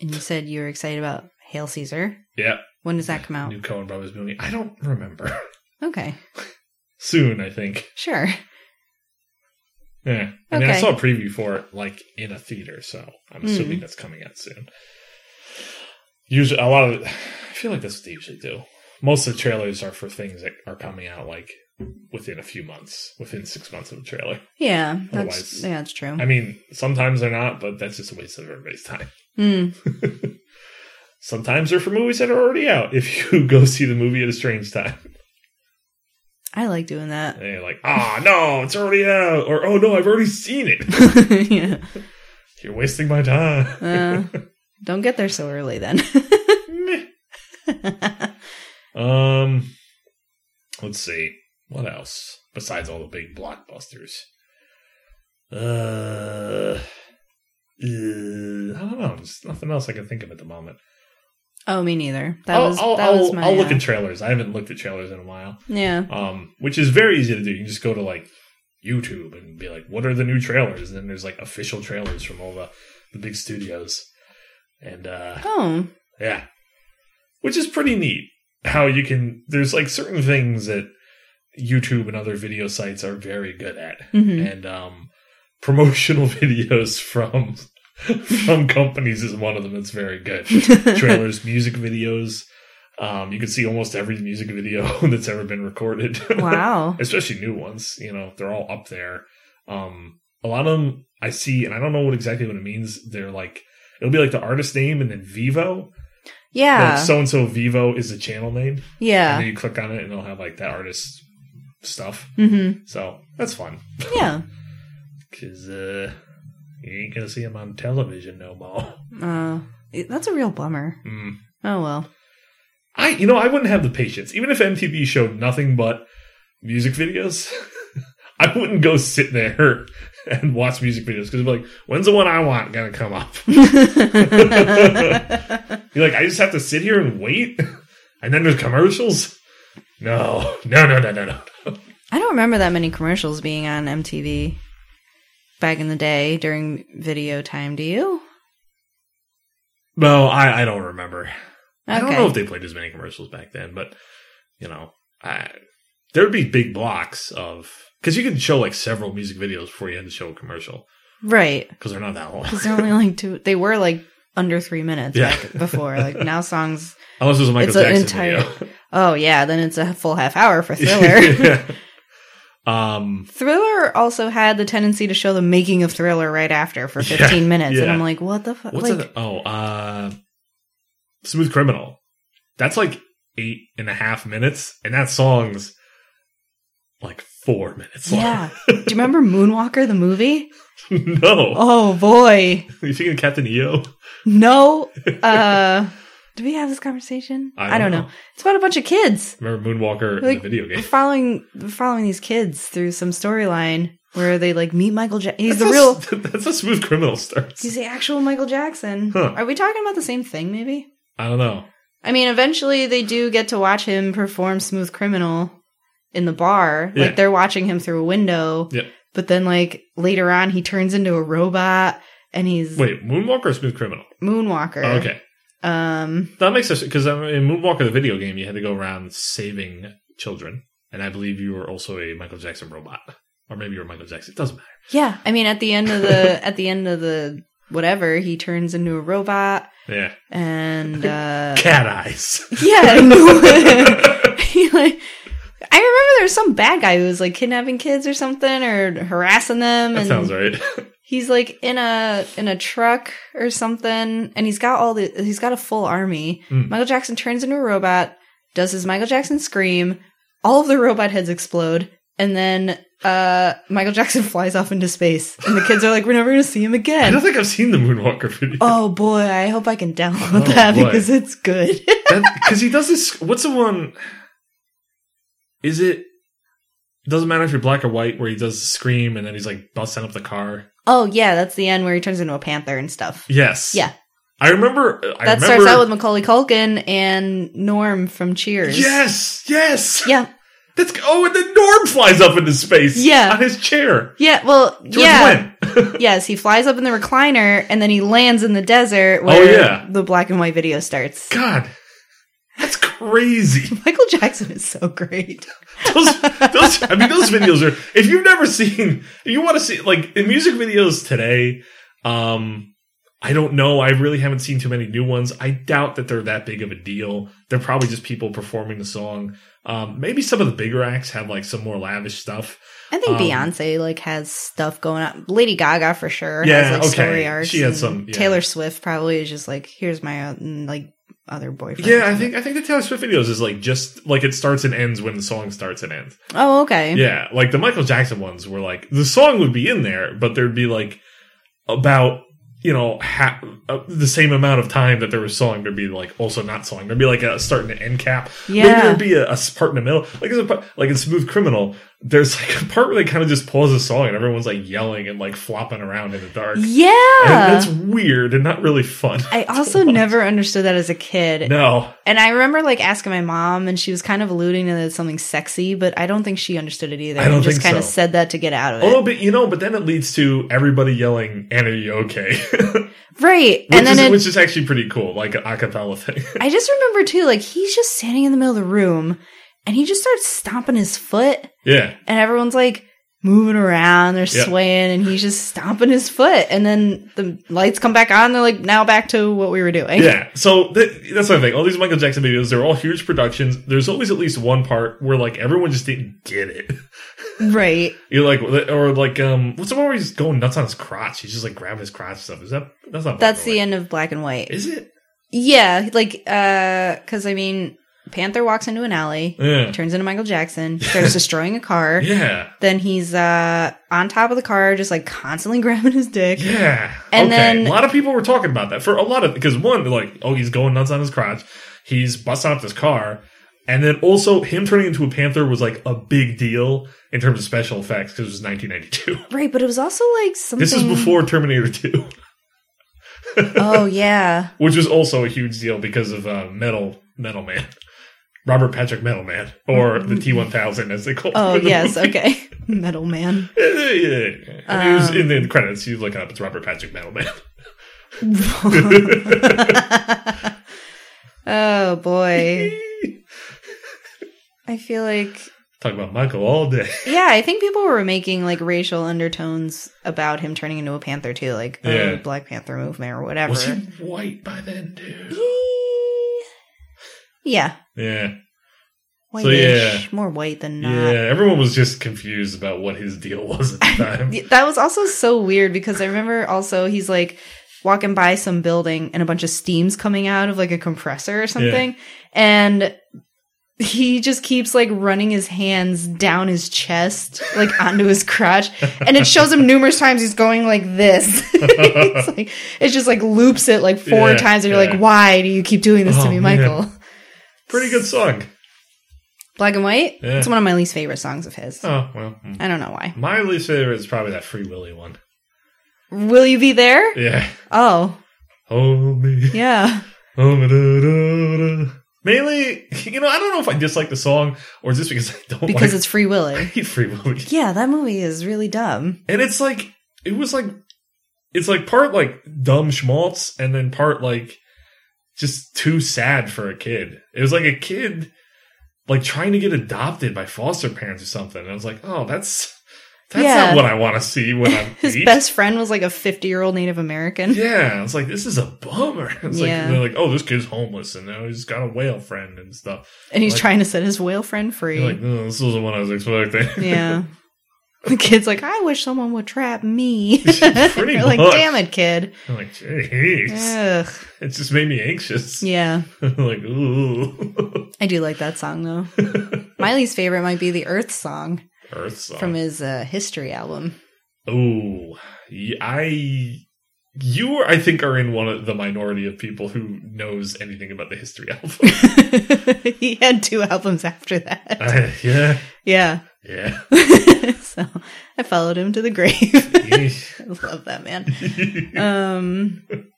Speaker 1: And you said you were excited about Hail Caesar.
Speaker 2: Yeah.
Speaker 1: When does that come out?
Speaker 2: New Cohen Brothers movie. I don't remember.
Speaker 1: Okay.
Speaker 2: Soon, I think.
Speaker 1: Sure.
Speaker 2: Yeah. I mean, I
Speaker 1: Okay.
Speaker 2: saw a preview for it, like, in a theater, so I'm
Speaker 1: Hmm.
Speaker 2: assuming that's coming out soon. Usually, a lot of, I feel like that's what they usually do. Most of the trailers are for things that are coming out, like, within a few months, within six months of a trailer.
Speaker 1: Yeah,
Speaker 2: Otherwise-
Speaker 1: that's yeah, that's true.
Speaker 2: I mean, sometimes they're not, but that's just a waste of everybody's time.
Speaker 1: Mm,
Speaker 2: Sometimes they're for movies that are already out if you go see the movie at a strange time.
Speaker 1: I like doing that.
Speaker 2: And you're like, ah, no, it's already out. Or, oh, no, I've already seen it.
Speaker 1: yeah.
Speaker 2: You're wasting my time.
Speaker 1: Uh, don't get there so early then.
Speaker 2: Meh. Um, let's see what else besides all the big blockbusters. Uh, uh, I don't know. There's nothing else I can think of at the moment.
Speaker 1: oh, me neither. That
Speaker 2: I'll,
Speaker 1: was
Speaker 2: I'll,
Speaker 1: that
Speaker 2: I'll,
Speaker 1: was my
Speaker 2: I'll look
Speaker 1: uh,
Speaker 2: at trailers. I haven't looked at trailers in a while.
Speaker 1: yeah.
Speaker 2: Um, which is very easy to do. You can just go to like YouTube and be like, "What are the new trailers?" And then there's like official trailers from all the the big studios. And uh,
Speaker 1: Oh,
Speaker 2: yeah. Which is pretty neat. How you can there's like certain things that YouTube and other video sites are very good at.
Speaker 1: hmm
Speaker 2: And um promotional videos from from companies is one of them that's very good.
Speaker 1: mm-hmm.
Speaker 2: Trailers, music videos. Um you can see almost every music video that's ever been recorded.
Speaker 1: wow.
Speaker 2: Especially new ones, you know, they're all up there. Um a lot of them I see and I don't know what exactly what it means. They're like it'll be like the artist name and then Vivo
Speaker 1: Yeah,
Speaker 2: like so and so Vivo is the channel name. And
Speaker 1: yeah.
Speaker 2: then you click on it and it'll have like that artist stuff.
Speaker 1: hmm
Speaker 2: So that's fun.
Speaker 1: mm-hmm. Yeah.
Speaker 2: Cause uh you ain't gonna see him on television no more.
Speaker 1: Uh, it- that's a real bummer.
Speaker 2: Mm.
Speaker 1: Oh well.
Speaker 2: I you know, I wouldn't have the patience. Even if MTV showed nothing but music videos, I wouldn't go sit there and watch music videos because be like, when's the one I want gonna come up? You're like, I just have to sit here and wait? And then there's commercials? No, no, no, no, no, no.
Speaker 1: I don't remember that many commercials being on MTV back in the day during video time. Do you?
Speaker 2: No, I, I don't remember. I don't
Speaker 1: Okay.
Speaker 2: know if they played as many commercials back then, but you know, I, there would be big blocks of because you could show like several music videos before you had to show a commercial
Speaker 1: Right.
Speaker 2: because they're not that long.
Speaker 1: Because they're only like two. They were like under three minutes
Speaker 2: Yeah.
Speaker 1: back before. Like now songs.
Speaker 2: Unless it was a Michael
Speaker 1: It's an
Speaker 2: Jackson
Speaker 1: entire
Speaker 2: video.
Speaker 1: Oh yeah, then it's a full half hour for Thriller.
Speaker 2: Yeah. Um,
Speaker 1: Thriller also had the tendency to show the making of Thriller right after for 15 minutes. And
Speaker 2: yeah.
Speaker 1: I'm like, what the fuck?
Speaker 2: what's
Speaker 1: Like,
Speaker 2: that? Oh, uh, Smooth Criminal. That's like eight and a half minutes, and that song's like four minutes long.
Speaker 1: yeah. Do you remember Moonwalker, the movie?
Speaker 2: no,
Speaker 1: Oh, boy.
Speaker 2: you thinking of Captain E EO?
Speaker 1: No. Uh, did we have this conversation? It's about a bunch of kids.
Speaker 2: Remember Moonwalker in
Speaker 1: Like-
Speaker 2: the video game?
Speaker 1: We're following, we're following these kids through some storyline where they like meet Michael Jackson. He's the
Speaker 2: That's
Speaker 1: real,
Speaker 2: how- that's how smooth criminal starts.
Speaker 1: he's the actual Michael Jackson.
Speaker 2: Huh.
Speaker 1: Are we talking about the same thing, maybe?
Speaker 2: I don't know.
Speaker 1: I mean, eventually they do get to watch him perform Smooth Criminal in the bar.
Speaker 2: Yeah.
Speaker 1: Like they're watching him through a window.
Speaker 2: Yeah.
Speaker 1: But then like later on, he turns into a robot and he's
Speaker 2: Wait, Moonwalker or Smooth Criminal?
Speaker 1: Moonwalker.
Speaker 2: Oh, okay.
Speaker 1: Um,
Speaker 2: That makes sense because in Moonwalker, the video game, you had to go around saving children, and I believe you were also a Michael Jackson robot, or maybe you were Michael Jackson. It doesn't matter.
Speaker 1: yeah. I mean, at the end of the at the end of the whatever, he turns into a robot
Speaker 2: Yeah,
Speaker 1: and uh,
Speaker 2: cat eyes.
Speaker 1: yeah. no. He, like- I remember there was some bad guy who was like kidnapping kids or something or harassing them,
Speaker 2: that
Speaker 1: and
Speaker 2: sounds right.
Speaker 1: he's like in a in a truck or something, and he's got all the he's got a full army.
Speaker 2: Mm.
Speaker 1: Michael Jackson turns into a robot, does his Michael Jackson scream, all of the robot heads explode, and then uh Michael Jackson flies off into space, and the kids are like, "We're never gonna see him
Speaker 2: I don't
Speaker 1: again."
Speaker 2: think I've seen the Moonwalker video.
Speaker 1: Oh boy, I hope I can download
Speaker 2: Oh,
Speaker 1: that
Speaker 2: boy.
Speaker 1: because it's good.
Speaker 2: because he does this. What's the one? Is it? Doesn't matter if you're black or white. Where he does the scream and then he's like busting up the car.
Speaker 1: oh yeah, that's the end where he turns into a panther and stuff.
Speaker 2: Yes.
Speaker 1: Yeah.
Speaker 2: I remember. uh, I
Speaker 1: that
Speaker 2: remember,
Speaker 1: starts out with Macaulay Culkin and Norm from Cheers.
Speaker 2: Yes. Yes.
Speaker 1: Yeah.
Speaker 2: That's oh, and then Norm flies up into space.
Speaker 1: Yeah.
Speaker 2: on his chair.
Speaker 1: Yeah. Well.
Speaker 2: George
Speaker 1: yeah.
Speaker 2: Wendt.
Speaker 1: Yes, he flies up in the recliner and then he lands in the desert where
Speaker 2: Oh, yeah.
Speaker 1: the black and white video starts.
Speaker 2: God, that's crazy.
Speaker 1: Michael Jackson is so great.
Speaker 2: Those, those. I mean, those videos are. If you've never seen, if you want to see like in music videos today. Um, I don't know. I really haven't seen too many new ones. I doubt that they're that big of a deal. They're probably just people performing the song. Um, maybe some of the bigger acts have like some more lavish stuff.
Speaker 1: I
Speaker 2: Um,
Speaker 1: think Beyonce like has stuff going on. Lady Gaga for sure
Speaker 2: Yeah,
Speaker 1: has like
Speaker 2: okay.
Speaker 1: story arcs.
Speaker 2: She had
Speaker 1: and
Speaker 2: some- yeah.
Speaker 1: Taylor Swift probably is just like, here's my uh, like other boyfriend.
Speaker 2: Yeah, I think I think the Taylor Swift videos is like just like it starts and ends when the song starts and ends.
Speaker 1: Oh, okay.
Speaker 2: Yeah, like the Michael Jackson ones were like the song would be in there, but there'd be like about you know ha- uh, the same amount of time that there was song. There'd be like also not song. There'd be like a start and end cap. Maybe
Speaker 1: Yeah.
Speaker 2: there'd be a, a part in the middle. Like there's a part, like in Smooth Criminal, there's like a part where they kind of just pause the song and everyone's like yelling and like flopping around in the dark.
Speaker 1: Yeah.
Speaker 2: And that's weird and not really fun.
Speaker 1: I also never understood that as a kid.
Speaker 2: no,
Speaker 1: And I remember like asking my mom and she was kind of alluding to that it's something sexy, but I don't think she understood it either.
Speaker 2: I don't
Speaker 1: and just
Speaker 2: think
Speaker 1: kind of
Speaker 2: so. Oh,
Speaker 1: said that to get out of it.
Speaker 2: a little bit, you know, but then it leads to everybody yelling, "And are you okay?"
Speaker 1: Right.
Speaker 2: which,
Speaker 1: and then
Speaker 2: is,
Speaker 1: it,
Speaker 2: which is actually pretty cool, like an acapella thing.
Speaker 1: I just remember too, like he's just standing in the middle of the room and he just starts stomping his foot
Speaker 2: yeah,
Speaker 1: and everyone's like moving around, they're
Speaker 2: Yeah.
Speaker 1: swaying and he's just stomping his foot. And then the lights come back on. They're like, now back to what we were doing.
Speaker 2: yeah. So th- that's what I think. All these Michael Jackson videos, they're all huge productions. There's always at least one part where like everyone just didn't get it.
Speaker 1: Right.
Speaker 2: You're like, or like, um, what's the one where he's going nuts on his crotch? He's just like grabbing his crotch and stuff. Is that that's not?
Speaker 1: That's the end of black and white.
Speaker 2: Is it?
Speaker 1: yeah. Like, uh, cause I mean, Panther walks into an alley,
Speaker 2: Yeah.
Speaker 1: turns into Michael Jackson, starts destroying a car.
Speaker 2: Yeah.
Speaker 1: Then he's, uh, on top of the car, just like constantly grabbing his dick.
Speaker 2: Yeah.
Speaker 1: And
Speaker 2: okay.
Speaker 1: then-
Speaker 2: a lot of people were talking about that for a lot of because one, they're like, oh, he's going nuts on his crotch. He's busting up this car. And then also him turning into a panther was like a big deal in terms of special effects because it was 1992.
Speaker 1: Right. But it was also like something.
Speaker 2: This was before Terminator 2,
Speaker 1: oh yeah
Speaker 2: which was also a huge deal because of uh, Metal Metal Man, Robert Patrick Metal Man, or the T1000 as they call.
Speaker 1: Mm-hmm. oh
Speaker 2: him in the
Speaker 1: yes
Speaker 2: movie.
Speaker 1: okay metal man
Speaker 2: Yeah, yeah, yeah. And it was
Speaker 1: Um,
Speaker 2: in the credits. You look it up. It's Robert Patrick Metal Man.
Speaker 1: oh boy i feel like
Speaker 2: Talk about Michael all day.
Speaker 1: yeah i think people were making like racial undertones about him turning into a panther too like oh,
Speaker 2: Yeah.
Speaker 1: the black panther movement or whatever
Speaker 2: Was he white by then, dude?
Speaker 1: yeah
Speaker 2: Yeah,
Speaker 1: whitish more white than not
Speaker 2: yeah. Everyone was just confused about what his deal was at the time.
Speaker 1: Yeah, That was also so weird because I remember also he's like walking by some building and a bunch of steam's coming out of like a compressor or something. And he just keeps like running his hands down his chest, like onto his crotch. And it shows him numerous times he's going like this. it's like, it just like loops it like four
Speaker 2: Yeah,
Speaker 1: times. And you're
Speaker 2: yeah.
Speaker 1: like, why do you keep doing this
Speaker 2: Oh,
Speaker 1: to me,
Speaker 2: man.
Speaker 1: Michael?
Speaker 2: Pretty good song.
Speaker 1: Black and White?
Speaker 2: Yeah.
Speaker 1: It's one of my least favorite songs of his.
Speaker 2: Oh well, mm.
Speaker 1: I don't know why.
Speaker 2: my least favorite is probably that Free Willy one.
Speaker 1: Will you be there?
Speaker 2: Yeah,
Speaker 1: Oh,
Speaker 2: hold me.
Speaker 1: yeah.
Speaker 2: Oh, da, da, da. Mainly, you know, I don't know if I dislike the song or is this because I don't
Speaker 1: because
Speaker 2: like
Speaker 1: it's Free
Speaker 2: I
Speaker 1: Willy.
Speaker 2: hate Free Willy.
Speaker 1: Yeah, that movie is really dumb.
Speaker 2: And it's like it was like it's like part like dumb schmaltz and then part like just too sad for a kid. It was like a kid like trying to get adopted by foster parents or something. And I was like, oh, that's that's
Speaker 1: Yeah.
Speaker 2: not what I want to see when I'm
Speaker 1: His
Speaker 2: eight.
Speaker 1: best friend was like a 50 year old Native American.
Speaker 2: Yeah, I was like, this is a bummer. It's like
Speaker 1: Yeah.
Speaker 2: they're like, oh, this kid's homeless and now he's got a whale friend and stuff.
Speaker 1: And he's
Speaker 2: Like-
Speaker 1: trying to set his whale friend free.
Speaker 2: You're like, no, this wasn't what I was expecting.
Speaker 1: yeah. The kid's like, I wish someone would trap me.
Speaker 2: Pretty
Speaker 1: You're like,
Speaker 2: much.
Speaker 1: damn it, kid.
Speaker 2: I'm like, jeez,
Speaker 1: Ugh.
Speaker 2: it just made me anxious.
Speaker 1: Yeah.
Speaker 2: like, ooh,
Speaker 1: I do like that song though. Miley's favorite might be the Earth song
Speaker 2: Earth song.
Speaker 1: from his uh, history album.
Speaker 2: Ooh, Y- I, you, I think are in one of the minority of people who knows anything about the history album.
Speaker 1: he had two albums after that.
Speaker 2: Uh, yeah,
Speaker 1: Yeah.
Speaker 2: yeah.
Speaker 1: so I followed him to the grave. I love that man. Um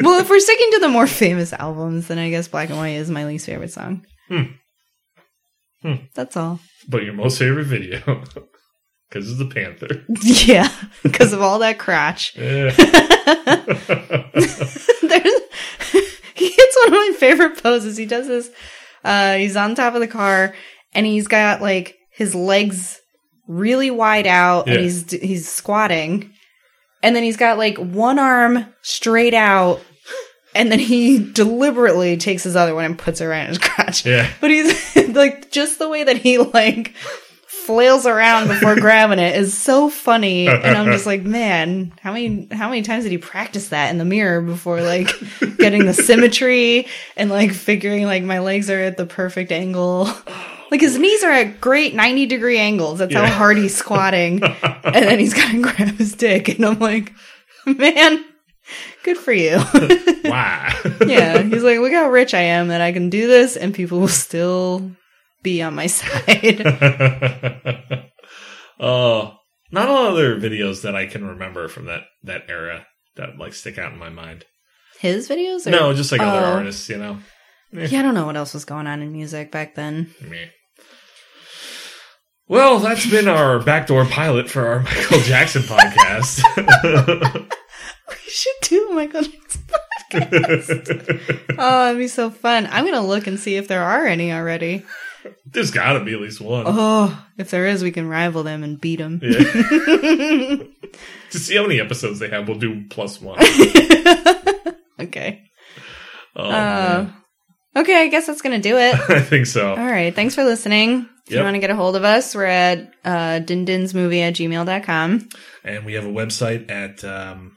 Speaker 1: Well, if we're sticking to the more famous albums, then I guess Black and White is my least favorite song.
Speaker 2: Hmm. Hmm.
Speaker 1: That's all.
Speaker 2: but your most favorite video, because it's the Panther.
Speaker 1: Yeah, because of all that crotch.
Speaker 2: Yeah.
Speaker 1: There's, he hits one of my favorite poses. He does this. Uh, he's on top of the car, and he's got like his legs really wide out,
Speaker 2: Yeah.
Speaker 1: and he's he's squatting, and then he's got like one arm straight out, and then he deliberately takes his other one and puts it around his crotch.
Speaker 2: yeah.
Speaker 1: But he's like just the way that he like flails around before grabbing it is so funny, and I'm just like, man, how many how many times did he practice that in the mirror before like getting the symmetry and like figuring like my legs are at the perfect angle. Like his knees are at great 90 degree angles. That's
Speaker 2: Yeah.
Speaker 1: how hard he's squatting. and then he's got to grab his dick. And I'm like, man, good for you.
Speaker 2: Wow.
Speaker 1: yeah. He's like, look how rich I am that I can do this and people will still be on my side.
Speaker 2: Oh, not a lot of other videos that I can remember from that that era that like stick out in my mind.
Speaker 1: His videos? Or-
Speaker 2: No, just like other
Speaker 1: Oh.
Speaker 2: artists, you know.
Speaker 1: Yeah, I don't know what else was going on in music back then.
Speaker 2: Meh. Well, that's been our backdoor pilot for our Michael Jackson podcast.
Speaker 1: We should do Michael Jackson. Oh, it'd be so fun. I'm going to look and see if there are any already.
Speaker 2: There's got to be at least one.
Speaker 1: Oh, if there is, we can rival them and beat them.
Speaker 2: Yeah. to see how many episodes they have, we'll do plus one.
Speaker 1: okay.
Speaker 2: Oh,
Speaker 1: uh,
Speaker 2: man.
Speaker 1: okay, I guess that's going to do it.
Speaker 2: I think so.
Speaker 1: All right. Thanks for listening. If you
Speaker 2: Yep.
Speaker 1: want to get a hold of us, we're at uh, dindinsmovie at gmail.com.
Speaker 2: and we have a website at um,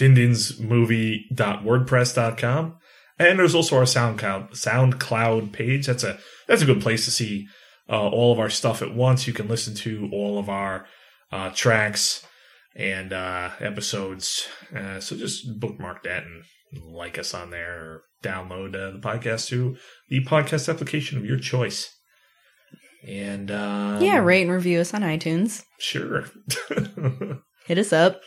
Speaker 2: dindinsmovie.wordpress.com. And there's also our SoundCloud SoundCloud page. That's a that's a good place to see uh, all of our stuff at once. You can listen to all of our uh, tracks and uh, episodes. Uh, so just bookmark that and like us on there, or download uh, the podcast to the podcast application of your choice. And um,
Speaker 1: yeah, rate and review us on iTunes.
Speaker 2: Sure.
Speaker 1: Hit us up.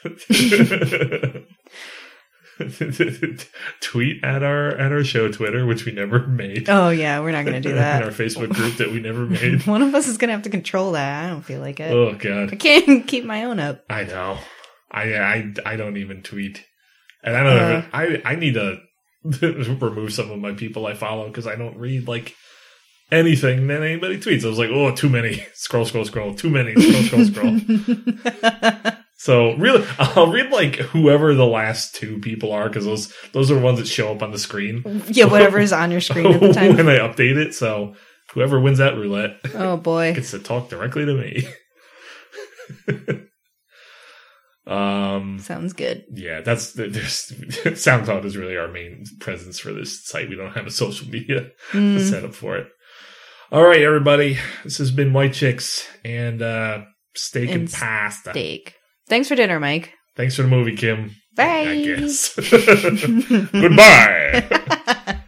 Speaker 2: tweet at our at our show Twitter, which we never made.
Speaker 1: Oh, yeah, we're not going to do
Speaker 2: And our
Speaker 1: that.
Speaker 2: Facebook group that we never made.
Speaker 1: One of us is going to have to control that. I don't feel like it.
Speaker 2: oh
Speaker 1: I
Speaker 2: god,
Speaker 1: can't keep my own up.
Speaker 2: I know. I I I don't even tweet, and I don't.
Speaker 1: Uh.
Speaker 2: even, I I need to remove some of my people I follow because I don't read like anything that anybody tweets. I was like, oh, too many. Scroll, scroll, scroll. Too many. Scroll, scroll, scroll. So really, I'll read like whoever the last two people are because those those are the ones that show up on the screen
Speaker 1: yeah, whatever is on your screen at the time.
Speaker 2: when I update it. So whoever wins that roulette
Speaker 1: Oh, boy.
Speaker 2: gets to talk directly to me. um,
Speaker 1: Sounds good.
Speaker 2: yeah, that's there's SoundCloud is really our main presence for this site. We don't have a social media
Speaker 1: Mm.
Speaker 2: set up for it. All right, everybody, this has been White Chicks and uh, steak and,
Speaker 1: And
Speaker 2: pasta.
Speaker 1: Steak. Thanks for dinner, Mike.
Speaker 2: Thanks for the movie, Kim.
Speaker 1: Bye.
Speaker 2: I guess. Goodbye.